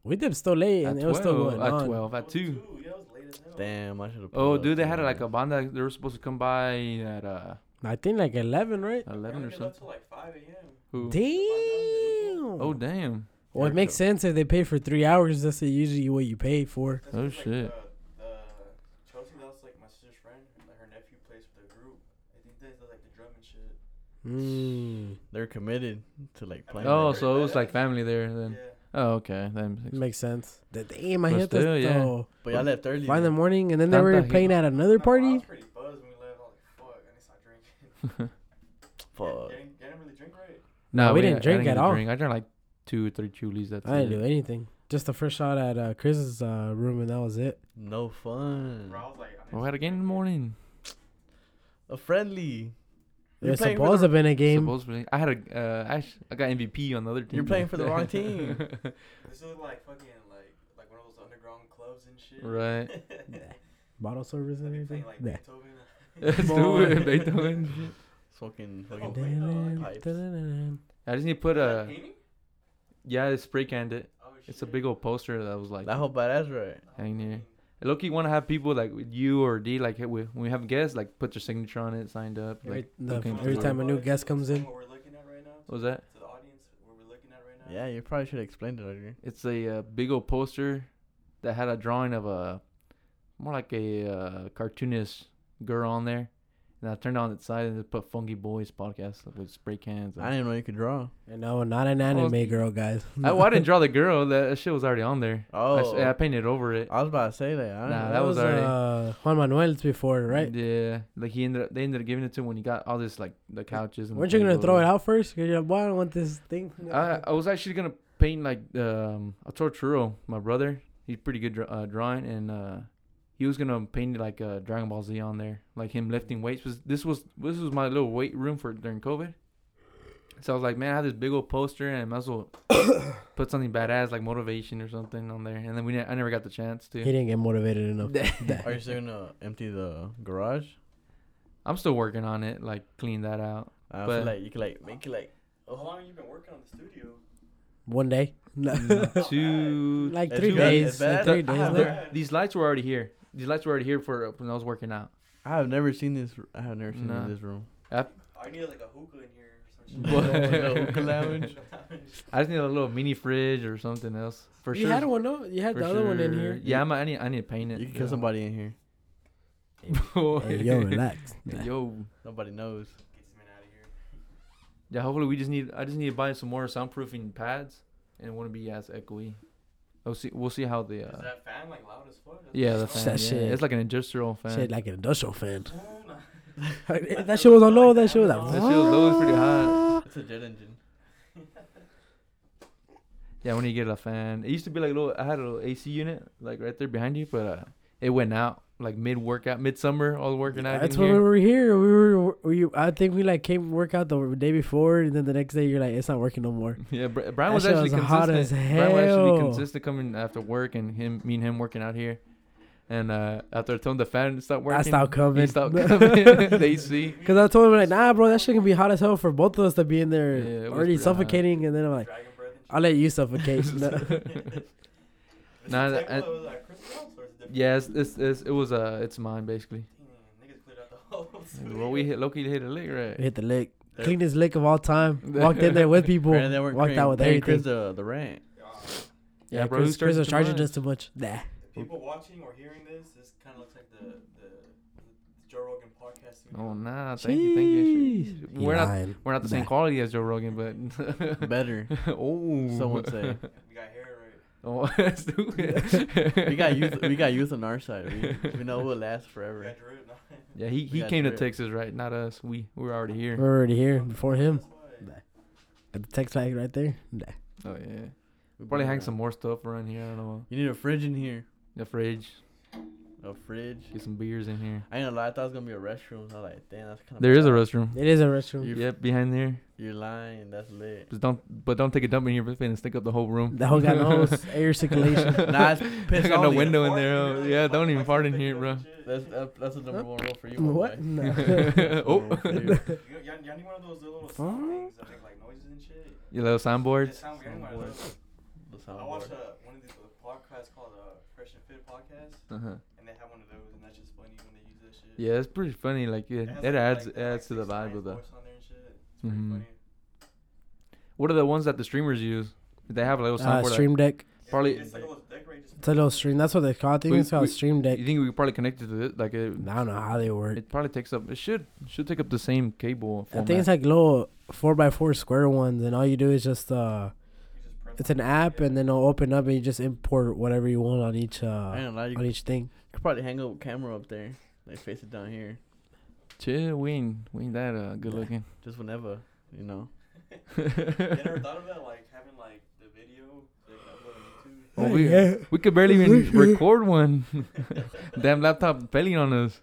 We did still late,
at
and it was still
twelve.
going
At
on.
twelve. At two.
Yeah, it was late as hell.
Damn, I should have.
Oh, dude, they had like a band that they were supposed to come by at uh
I think like eleven, right?
eleven or
Apparently left
something.
till like 5 a.m.
Who?
Damn.
Oh damn.
Well, it makes sense if they pay for three hours. That's usually what you pay for.
That's
Oh,
because, like,
shit.
The, the Chelsea, that was like my sister's friend. Like her nephew plays with the group. I think they did like the drum and shit.
Hmm.
Mm,
They're committed to like playing.
Oh,
Oh,
so it was like family there then.
Yeah.
Oh, okay. That makes
makes sense. The- Damn, I
But
hit this
still, yeah.
though.
but y'all left early.
Five in the
then.
morning, and then they were
Tanta
playing at another
No, I
party.
was pretty buzzed when we left. I was like, fuck, I need to stop drinking.
Fuck.
They didn't, they didn't really drink right.
No,
we didn't
I
drink at
get to
all.
Drink. I drank like two or three chulis. That's
I didn't do
it.
anything. Just the first shot at uh, Chris's uh, room, and that was it.
No fun.
Bro, I was like, I need
Oh, We
to
had a game in the morning.
A friendly.
It
You're
was
playing for
supposed
the-
to have been a game.
Supposedly, I had a. Uh, I, sh- I got MVP on the other team.
You're playing for the wrong team.
This is like fucking like like one of those underground clubs and shit.
right.
Bottle service
I've
and
been playing
everything.
like
Nah.
Beethoven.
Let's do
Boy.
it, Beethoven.
Fucking.
Oh,
fucking
wait, no,
pipes.
I just need to put
Is that
a.
painting?
Yeah, I spray canned it.
Oh, shit.
It's a big old poster that was like.
I hope that's right.
hang here. Low key, want to have people like with you or D like hey, we- when we have guests like put your signature on it, signed up.
Every,
Like,
the-
looking
every
for-
time a new guest comes in,
What we're looking at right now
what was that?
to the audience, what we're looking at right now.
Yeah, you probably should have explained it earlier.
It's a uh, big old poster that had a drawing of a more like a uh, cartoonist girl on there. And I turned it on its side and it put Funky Boys podcast with spray cans.
I didn't know you could draw.
and no, not an anime girl, guys.
I, well, I didn't draw the girl. That shit was already on there. I, s-
Oh,
I painted over it.
I was about to say that.
Nah,
I nah,
that was already-
uh, Juan Manuel's before, right?
Yeah. Like he ended up, they ended up giving it to him when he got all this like the couches. And
Weren't you gonna throw it out first? Cause you're like, "Why I don't want this thing."
I I was actually gonna paint like um a Torturo, my brother. He's pretty good dra- uh, drawing, and uh, he was gonna paint like uh, Dragon Ball Z on there, like him lifting weights. Was this was this was my little weight room for during COVID. So I was like, man, I have this big old poster, and I might as well put something badass like motivation or something on there. And then we ne- I never got the chance
he
to.
didn't get motivated enough.
Are you still gonna empty the garage?
I'm still working on it, like clean that out.
I
But-
feel like you could like make it like
How long have you been working on the studio?
One day,
Two
like
It's
three
good,
days,
it's
like
bad.
three
I
days.
have
no-
later.
the- these lights were already here. These lights were already here for uh, when I was working out.
I have never seen this. r- I have never seen
Nah.
this room.
I need like a hookah in here. Or some
Boy.
Like a hookah lounge.
I just need a little mini fridge or something else. For
you
sure.
had one, no? You had
for
the other one in
sure.
here.
Yeah, I'm, I need I need to paint it.
You can
yeah.
kill somebody in here.
Boy.
Hey, yo, relax.
Hey, yo.
Nobody knows.
Get this man out of here.
Yeah, hopefully we just need I just need to buy some more soundproofing pads and it wouldn't be as echoey. We'll see we'll see how the
Is
uh,
that fan like loud as fuck? That's
Yeah,
what
the
it sounds
fan.
That
yeah.
shit.
It's like an industrial fan.
Shit, like an industrial fan.
like. oh Ooh, nah.
that shit was on low. That shit was
that shit
like.
was always pretty hot.
It's a jet engine.
Yeah, when you get a fan. It used to be like a little I had a little AC unit like right there behind you, but uh, it went out like mid workout, mid summer, all working out.
That's
in
when we
here.
were here. We were, we. I think we like came work out the day before, and then the next day you're like, it's not working no more.
Yeah, Br- Brian
That
was
shit
actually
was
consistent.
hot as
Brian was
hell.
actually consistent coming after work and him, me and him working out here. And uh, after I told him the fan stopped working,
I stopped coming.
He stopped coming. they see.
Cause I told him like, nah, bro, that shit can be hot as hell for both of us to be in there
Yeah, it was
already
pretty hot.
suffocating, and then I'm like,
Dragon breath and shit.
I'll let you suffocate. No.
Is
Nah, that-
it Tekla, was it like Chris Brown, or is it
yeah, it's, it's, it's, it was uh, it's mine basically.
Dang, niggas cleared out the holes.
Well, we hit Loki hit a lick right.
Hit the lick.
There-
Cleanest lick of all time. Walked in there with people.
Granted, they weren't
Walked
paying-
out with
paying
everything.
Chris the, the rent.
Yeah,
Chris,
bro, who
Chris
charged
was
too
charging
much?
us too much. Nah.
If people watching or hearing this, this kind of looks like the, the the Joe Rogan podcast. studio.
Oh nah, thank you, thank you.
Jeez.
Sh- We're not
Lying.
we're not the same
Nah.
quality as Joe Rogan, but
Better.
oh,
Some would say.
We got hair right.
Oh, let's do
We got youth.
it.
We got youth on our side. We, we know we'll last
We
forever.
got dread. Nah.
Yeah, he, he
got
came to
drip.
Texas, right? Not us. We we were already
We're
here.
already here before him.
That's why.
Got the text flag right there. Nah.
Oh yeah. Probably hang some more stuff around here. I don't know.
You need a fridge in here.
The fridge.
A fridge.
Get some beers in here.
I ain't gonna lie. I thought it was gonna be a restroom. I was like, damn, that's kind of.
There is a restroom.
It is a restroom.
Yep, behind there.
You're lying. That's lit.
Just don't, but don't take a dump in here. But and stick up the whole room.
The whole got no s- air circulation.
nah, it's
I
piss
got no
only.
window in
Fart
there.
here,
Oh,
like,
yeah,
fuck,
don't even
fuck,
fart in
fuck,
here,
fuck,
bro.
shit.
That's that, that's the number one rule for you. my
What?
boy.
Nah.
oh,
Number one rule for you.
You know- Y'all y'all need one of those little sound things that make like noises and shit.
your little
It
signboards.
sound weird. one of those.
The
I watched
soundboard.
uh, one of these uh, podcasts called uh, Fresh and Fit podcast,
Uh-huh.
and they have one of those, and that's just funny when they use that shit.
Yeah, it's pretty funny. Like yeah, it
has, like,
adds
like,
it adds to the
six
vibe
trans
of the.
voice on there and shit. It's pretty
Mhm.
funny.
What are the ones that the streamers use? They have a little
Uh,
soundboard. that-
stream deck.
Yeah,
Probably-
It's like a little deck right, just
It's a little stream. That's what they call. it. I think
We-
it's called
we-
stream deck.
you think we could probably connect it to it? Like it,
I don't know how they work.
it probably takes up. It should should take up the same cable.
I think it's like little four by four square ones, and all you do is just uh,
you just press
it's an app, and then it'll open up, and you just import whatever you want on each
I ain't
uh
gonna lie. You
on
could
each thing.
probably hang up camera up there. Like face it down here.
Chill, we ain't we ain't that uh, good looking.
Just whenever. You know.
You never thought of that, like having like the video like upload on YouTube.
Oh, we, we could barely even record one. Damn laptop failing on us.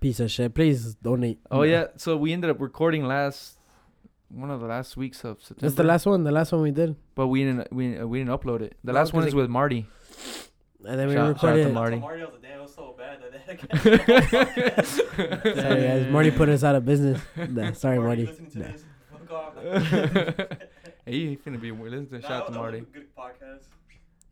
Piece of shit. Please donate.
Oh yeah, so we ended up recording last one of the last weeks of September.
That's the last one. The last one we did,
but we didn't we, uh, we didn't upload it. The
No,
last one
'cause
is
it-
with Marty.
and then we
Shout- shout out to
recorded.
Marty.
Marty. Marty was the day it was so bad that they had to cancel the podcast.
it. Sorry guys, Marty put us out of business. Nah, sorry
Marty,
Marty.
listening to
Nah.
this, fuck off.
Hey, you finna be listen to
Nah,
shout out to
that was a
Marty.
Good podcast.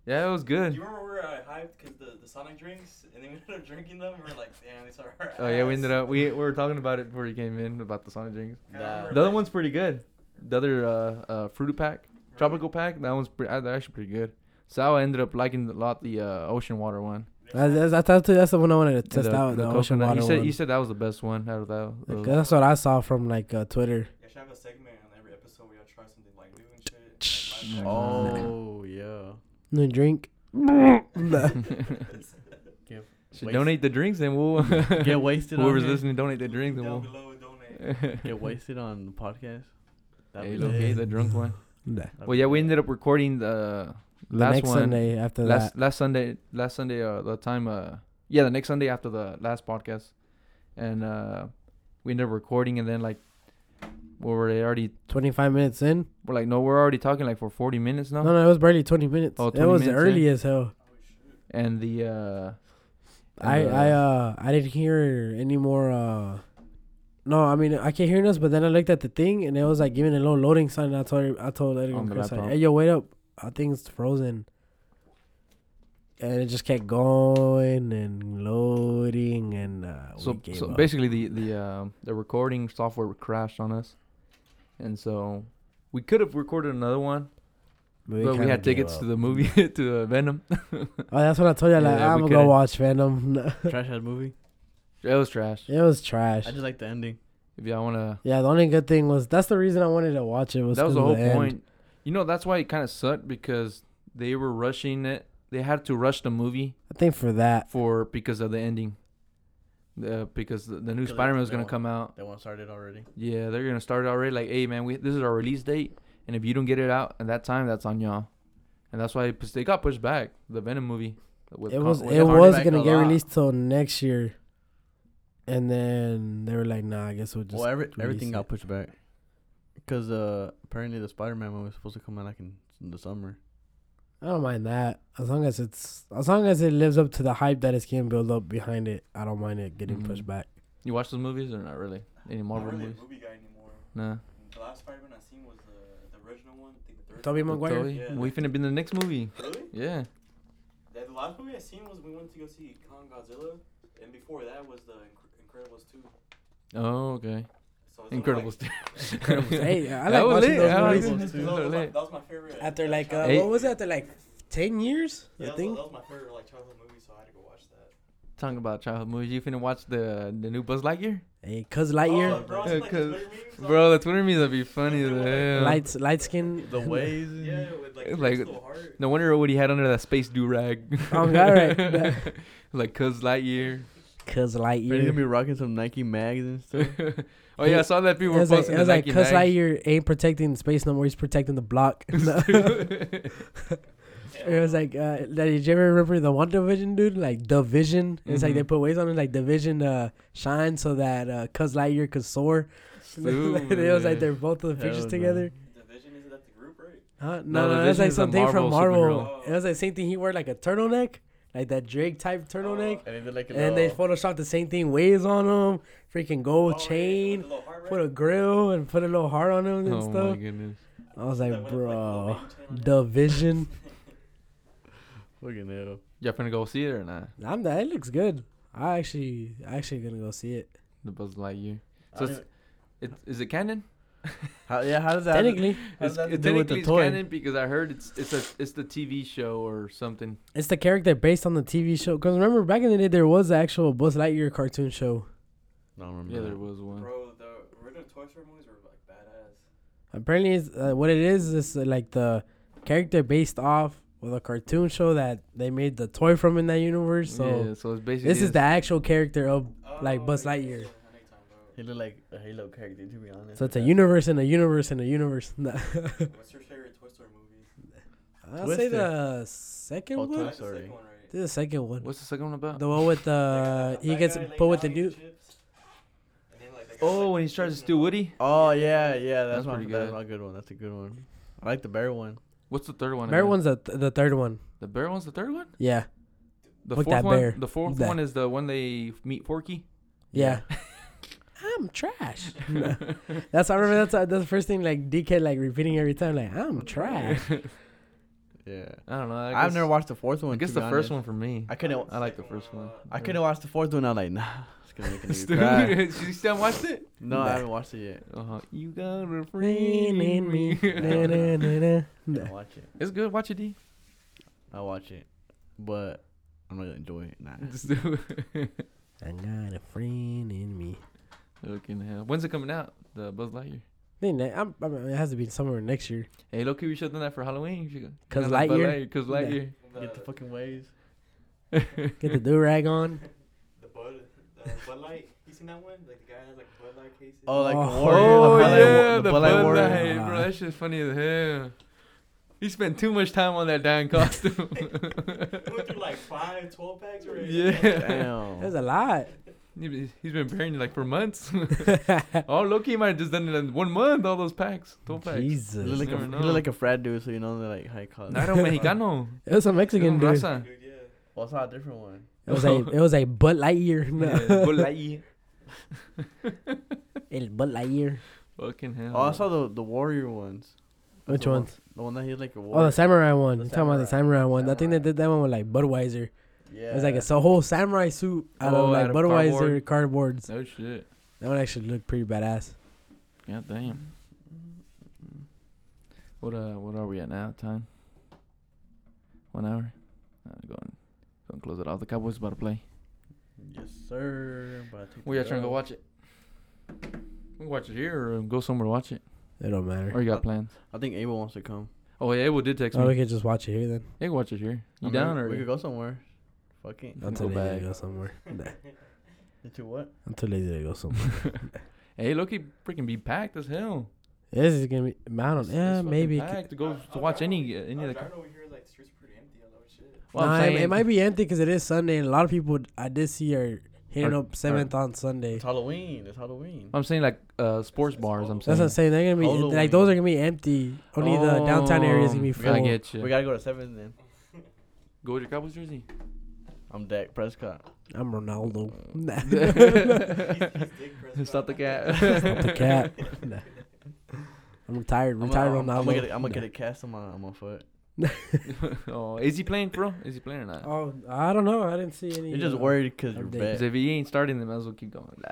Yeah, it was
Do
good.
you remember we were uh, hyped because the, the Sonic drinks, and then we ended up drinking them. We were like, damn, these are. Our
Oh yeah, we ended
ass."
up we, we were talking about it before you came in about the Sonic drinks.
Kinda remember
The other
that.
one's pretty good. The other uh, uh fruit pack, tropical pack, that one's pretty, uh, actually pretty good. So I ended up liking a lot the uh, ocean water one.
That's, that's, that's, that's, that's the one I wanted to test
the,
out. The, ocean
coconut.
water
you said
one.
you said that was the best one out of that.
Like,
those.
that's what I saw from like uh, Twitter.
Yeah, should have a segment on every episode where y'all try something like new and shit.
Mm.
Like,
Oh yeah.
No drink.
Should
Waste-
donate the drinks and we'll
Get wasted.
whoever's
on here.
listening donate the drinks and
down
we'll
below, donate.
Get wasted on the podcast. That'd
hey,
be
okay,
lit.
the drunk one.
Nah.
That'd
Well,
be
yeah, we
lit.
ended up recording the
The
last
next
one.
Sunday after
last
that.
last Sunday last Sunday uh the time uh yeah the next Sunday after the last podcast and uh we ended up recording and then like we were already
Twenty five minutes in.
we're like no we're already talking like for 40 minutes now
No, no, it was barely twenty minutes.
Oh,
it
20
was
minutes
early as hell.
and the uh and
I
the-
I uh I didn't hear any more uh no, I mean I can't hear this, but then I looked at the thing and it was like giving a low loading sign. And I told I told Edgar
On
and
the
Chris like,
laptop.
"Hey, yo, wait up! I think it's frozen." And it just kept going and loading and uh, we
so,
gave
so
up.
basically the the um the recording software crashed on us and so we could have recorded another one but we
kinda
had
gave
tickets to
up.
the movie to uh, Venom
Oh, that's what I told you. Like,
Yeah,
I'm
we
gonna go
couldn't-
watch Phantom.
trash ass movie.
it was trash
it was trash.
I just like the ending.
if y'all want to
yeah, the only good thing was that's the reason I wanted to watch it was
that
'cause
was the
of
whole
end.
point. You know, that's why it kind of sucked because they were rushing it. They had to rush the movie
I think for that.
for because of the ending. The because the, the new
Because they-
Spider Man was
they
gonna
want-
come out.
That one started already.
Yeah, they're gonna start it already. Like, hey man, we this is our release date, and if you don't get it out at that time, that's on y'all. And that's why it, pus- they got pushed back. The Venom movie. With
it
Con-
was
with
it
Con-
was
back
gonna
a
get
lot.
released till next year, and then they were like, "Nah, I guess we'll just."
well, every,
release
everything
it.
got pushed back. Cause uh, apparently the Spider Man one was supposed to come out like in, in the summer.
I don't mind that as long as it's as long as it lives up to the hype that it's getting built up behind it. I don't mind it getting
Mhm.
pushed back.
You watch those movies or not really? Any
I'm
Marvel
not really
movies?
a movie guy anymore.
Nah.
The last Spider-Man I seen was the, the original one. I think the third.
Tobey
The
Maguire.
Toy-
Yeah.
We finna be in the next movie.
Really?
Yeah.
That, the last movie I seen was we went to go see Kong Godzilla, and before that was the Incre- Incredibles two.
Oh, okay.
So it's only,
Incredibles.
Incredibles. Hey, I like
That was
watching
lit.
those
I like
movies.
it.
Incredibles 2, that, was my,
Lit.
that was my favorite.
After like uh,
Hey.
childhood-
what was it? After like ten years,
Yeah,
I
that was-
think.
that was my favorite like childhood movie, so I had to go watch that.
Talking about childhood movies, you finna watch the the new Buzz Lightyear?
Hey, cause Lightyear,
Oh, bro, I seen, like,
Yeah,
the
'cause-
Twitter memes, like-
Bro, the Twitter memes would be funny as hell.
lights, light skin.
The ways. and-
Yeah, with like,
It's
like
like-
Crystal Heart.
No wonder what he had under that space do rag.
Oh, God, right.
like Cuz Lightyear.
Cause
They're gonna be
Lightyear.
rocking some Nike mags and stuff.
oh yeah, I saw that
It
people were
was like,
posting
it
the
was like
Nike
Cause
Nike.
Lightyear ain't protecting space no more. He's protecting the block. it was like, uh, that- did you ever remember the One Division dude? Like the Vision. It's like
Mhm.
they put waves on it, like the Vision uh, shine so that uh, Cause Lightyear could soar. it was like
Stupid.
they're both of the
Hell
pictures
no.
together.
Division is that the group, right?
Huh? No, no,
uh, No, the
it was
Vision
like
is a
something from
Marvel
Marvel.
superhero.
It was like same thing. He wore like a turtleneck, like that Drake type turtleneck.
And they did like a
And they
little-
photoshopped the same thing, waves on him, freaking gold
Oh, yeah,
chain,
with the little heart, right?
put a grill and put a little heart on him and
Oh my
stuff.
goodness.
I was
That
like,
went up, the little
bro,
baby chain on it.
the vision.
Fucking hell.
Y'all finna go see it or not?
I'm that. It looks good. I actually, I actually gonna go see it.
The Buzz Lightyear.
I
So
don't
it's, it, is it canon?
How, yeah, how does that?
Technically,
how
It's,
does that
it
have to do with
technically
the
it's
toy?
canon because I heard it's it's a it's the TV show or something.
it's the character based on the TV show. Cause remember back in the day, there was the actual Buzz Lightyear cartoon show.
No, I don't
Yeah,
remember.
there was one.
Bro, the original Toy Story movies were like badass.
Apparently, it's, uh, what it is is uh, like the character based off of a cartoon show that they made the toy from in that universe. So
yeah, so it's basically
this is the actual character of Like Buzz
Oh, yeah, yeah,
Lightyear.
yeah, I know you're talking
He looked like a Halo character, to be honest.
So it's a
Like
universe and a universe and a universe. Nah.
about. What's your favorite Toy Story movie?
I'll say
Twister.
the second
All
one.
Toy
That's the
Story.
second one, right?
This is the second one.
What's the second one about?
The one with the
Like, uh,
he
that
gets
guy laid
put with the
down eating
new.
chips, and then, like, the guy,
oh,
like,
when he's trying to
chasing
steal
him.
Woody.
Oh yeah, yeah. That's,
That's
my
pretty
that's
good.
my good one. That's a good one. I like the bear one.
What's the third one?
Bear
again?
one's the the third one.
The bear one's the third one.
Yeah,
The
Look,
fourth
that
one.
bear.
The fourth
That-
one is the one they meet Forky.
yeah. I'm trash. Nah. that's I remember. That's uh, that's the first thing like DK like repeating every time. Like I'm trash.
Yeah.
I don't know. I
I've
guess-
never watched the fourth one.
I guess
to
the
be
first
honest.
one for me.
I couldn't.
I like the
second
first
one a
one.
lot.
I couldn't watch the fourth one. I was like, nah, it's gonna make a nigga cry.
Stupid. you still watched it?
No,
Nah.
I haven't watched it yet.
Uh-huh. You got a friend
Rain in me. Na, na, na, na.
I'll
Nah.
watch it.
It's good. Watch it, D.
I'll watch it, but I'm not gonna enjoy it. Nah.
Just do it.
I got a friend in me.
Fucking hell. When's it coming out? The Buzz Lightyear.
Then that- I'm, I mean, it has to be somewhere next year.
Hey, Loki, we should have done that for Halloween. We should have
Cause
done that for
Lightyear?
Cause
Yeah.
Lightyear.
Get the fucking waves.
Get the do rag on.
The Bud, uh, Bud Light. You seen that one? Like the guy has like Bud Light cases.
Oh, like
Oh,
the warrior.
Oh
the
yeah, the
Bud Light wa- Bud Light
Bud
warrior.
Light, bro. That shit's funny as hell. He spent too much time on that damn costume.
He went through like five, twelve packs already.
yeah,
Damn.
There's a lot.
He be- he's been preparing like for months. oh, Loki might have just done it in one month. All those packs, twelve packs.
He
Jesus.
looked like a,
Never
he
know.
looked like a frat dude, so you know they're like high college.
Not a mexicano.
It was a Mexican
Con
dude.
raza.
Dude, yeah.
Well, it's not a different one.
It was a it was a Bud Lightyear. No.
Yeah, Bud Lightyear.
El Bud Lightyear.
Fucking hell.
Oh, I saw the the warrior ones. That's
Which
the
ones?
The one that he like a warrior.
Oh, the samurai one.
The
You're talking about the samurai one. I think they
Samurai.
did that one with like Budweiser.
yeah.
It was like it's a whole samurai suit out
Oh,
of like
out of
Budweiser cardboards.
No shit.
That one actually looked pretty badass.
God damn. What uh? What are we at now? Time. One hour. I'm going. Going to close it off. The Cowboys about to play.
Yes, sir. But I think
We are
they
trying to go
are.
watch it. We can watch it here or go somewhere to watch it.
It don't
Or
matter.
you got plans?
I think Abel wants to come.
Uh, Oh yeah, Abel did text
Oh, we
me.
could just watch it here then.
Hey, watch it here. You
I mean,
down or?
we could go somewhere? Fuck it.
You
I'm
can
too
go
lazy
back.
to go somewhere. Nah.
Into what?
I'm too lazy to go somewhere.
Hey, Loki, freaking be packed as hell.
this is gonna be. I don't. Yeah,
fucking
maybe. it could-
packed to go
I'll-
to
I'll
watch
drive
any uh,
over-
any
I'll
of the.
drive over here, like, the streets pretty empty. I love shit.
Well,
Nah,
I'm
it-
saying,
it might be empty because it is Sunday, and a lot of people I did see are hitting
Are-
up seventh on Sunday.
It's Halloween. It's Halloween.
I'm saying like uh, sports bars. I'm
That's
saying.
what I'm saying. They're gonna be like
Halloween.
those are gonna be empty. Only the downtown area is gonna be
Oh,
full.
I get you.
We gotta go to seven then.
go with your Cowboys jersey.
I'm Dak Prescott.
I'm Ronaldo. Nah.
He's Dick Prescott.
Stop the
Stop the
cat.
cat. Nah. I'm retired.
I'm
Retired
gonna, I'm,
Ronaldo.
I'm, gonna get a, I'm gonna
Nah.
get a cast on my on my foot.
oh, is he playing, bro? Is he playing or not?
Oh, I don't know. I didn't see any.
You're just
uh,
worried because you're
update.
bet.
'Cause if he ain't starting, then might as well keep going.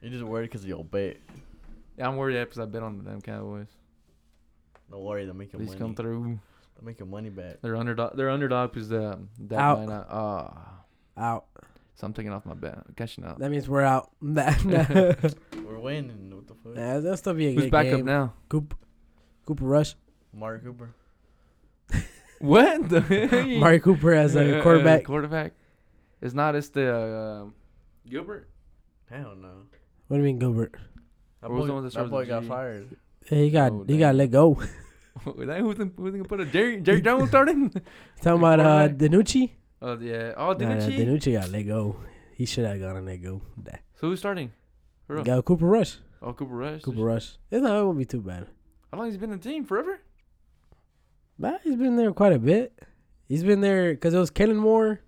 You're just worried because you'll bet.
I'm worried because I bet on the damn Cowboys.
Don't worry, they'll make your
Please
money.
come through.
They'll make your money back.
Their underdog. Their underdog is the that
Out.
line. Uh, oh,
out.
so I'm taking off my bet. I'm catching up.
That means we're out. nah,
We're winning. What the fuck?
that'll still be a
Who's
good
back
game.
up now?
Coop, Cooper Rush,
Mark Cooper.
What the heck?
Mari Cooper as a quarterback.
quarterback. It's not. It's the uh, Gilbert.
Hell no.
What do you mean, Gilbert?
What
That
was
boy,
the one that
that
started
boy
with
got
G?
fired.
He got
Oh,
he
damn.
got let go.
who's the, who's gonna put a Jerry? Jerry Jones starting?
Talking about uh,
quarterback?
Danucci.
Oh yeah. Oh,
Nah,
didn't
nah,
she?
Danucci got let go. He should have gotten let go. Nah.
so who's starting? Who else?
Got Cooper Rush.
Oh, Cooper Rush.
Cooper Rush. It's not. It won't be too bad.
How long has he been in the team? Forever?
But he's been there quite a bit. He's been there because it was Kellen Moore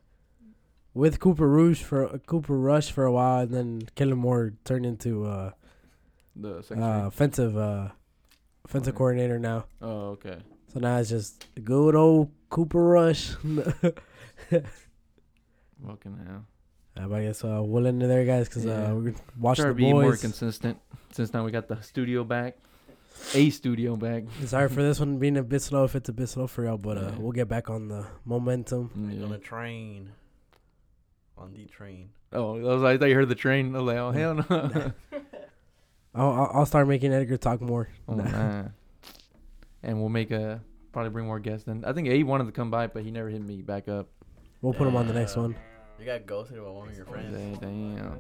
with Cooper Rush for Cooper Rush for a while, and then Kellen Moore turned into uh,
The second.
uh offensive uh offensive
Okay.
coordinator now.
oh, okay.
So now it's just good old Cooper Rush. Um,
Fucking hell.
Uh, but I guess uh, we'll end it there, guys, because
Yeah.
uh, we're gonna watch
Try
the
to be more
boys.
consistent since now we got the studio back, a studio back.
Sorry for this one being a bit slow if it's a bit slow for y'all, but uh,
Yeah.
we'll get back on the momentum.
Mm, Yeah.
On a train. On the train.
Oh, I was like, I thought you heard the train. I was like, oh hell no.
I'll, I'll- I'll start making Edgar talk more.
oh, man. And we'll make a probably bring more guests. Then I think A wanted to come by, but he never hit me back up.
We'll put him on the next one.
You got ghosted by one of your friends.
Damn, damn.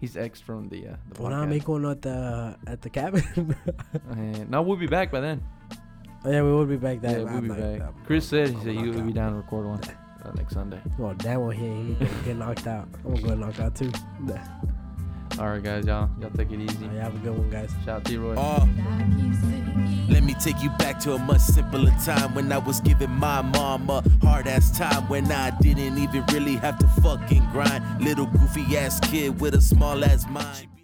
He's ex from the uh, the
Well, now
podcast.
make one at the at the cabin.
Uh, now we'll be back by then.
oh, yeah, we will be back that.
yeah, we'll
I'm
be
not-
back.
I'm-
Chris said he
I'm
said he
knocked
would be
out.
down to record one uh, next Sunday.
Well, damn, well, he ain't he gonna get knocked out. I'm gonna go knock out too.
All right, guys, y'all y'all take it easy.
All right, have a good one, guys.
Shout out to Roy.
Uh, let me take you back to a much simpler time when I was giving my mom a hard ass time when I didn't even really have to fucking grind. Little goofy ass kid with a small ass mind.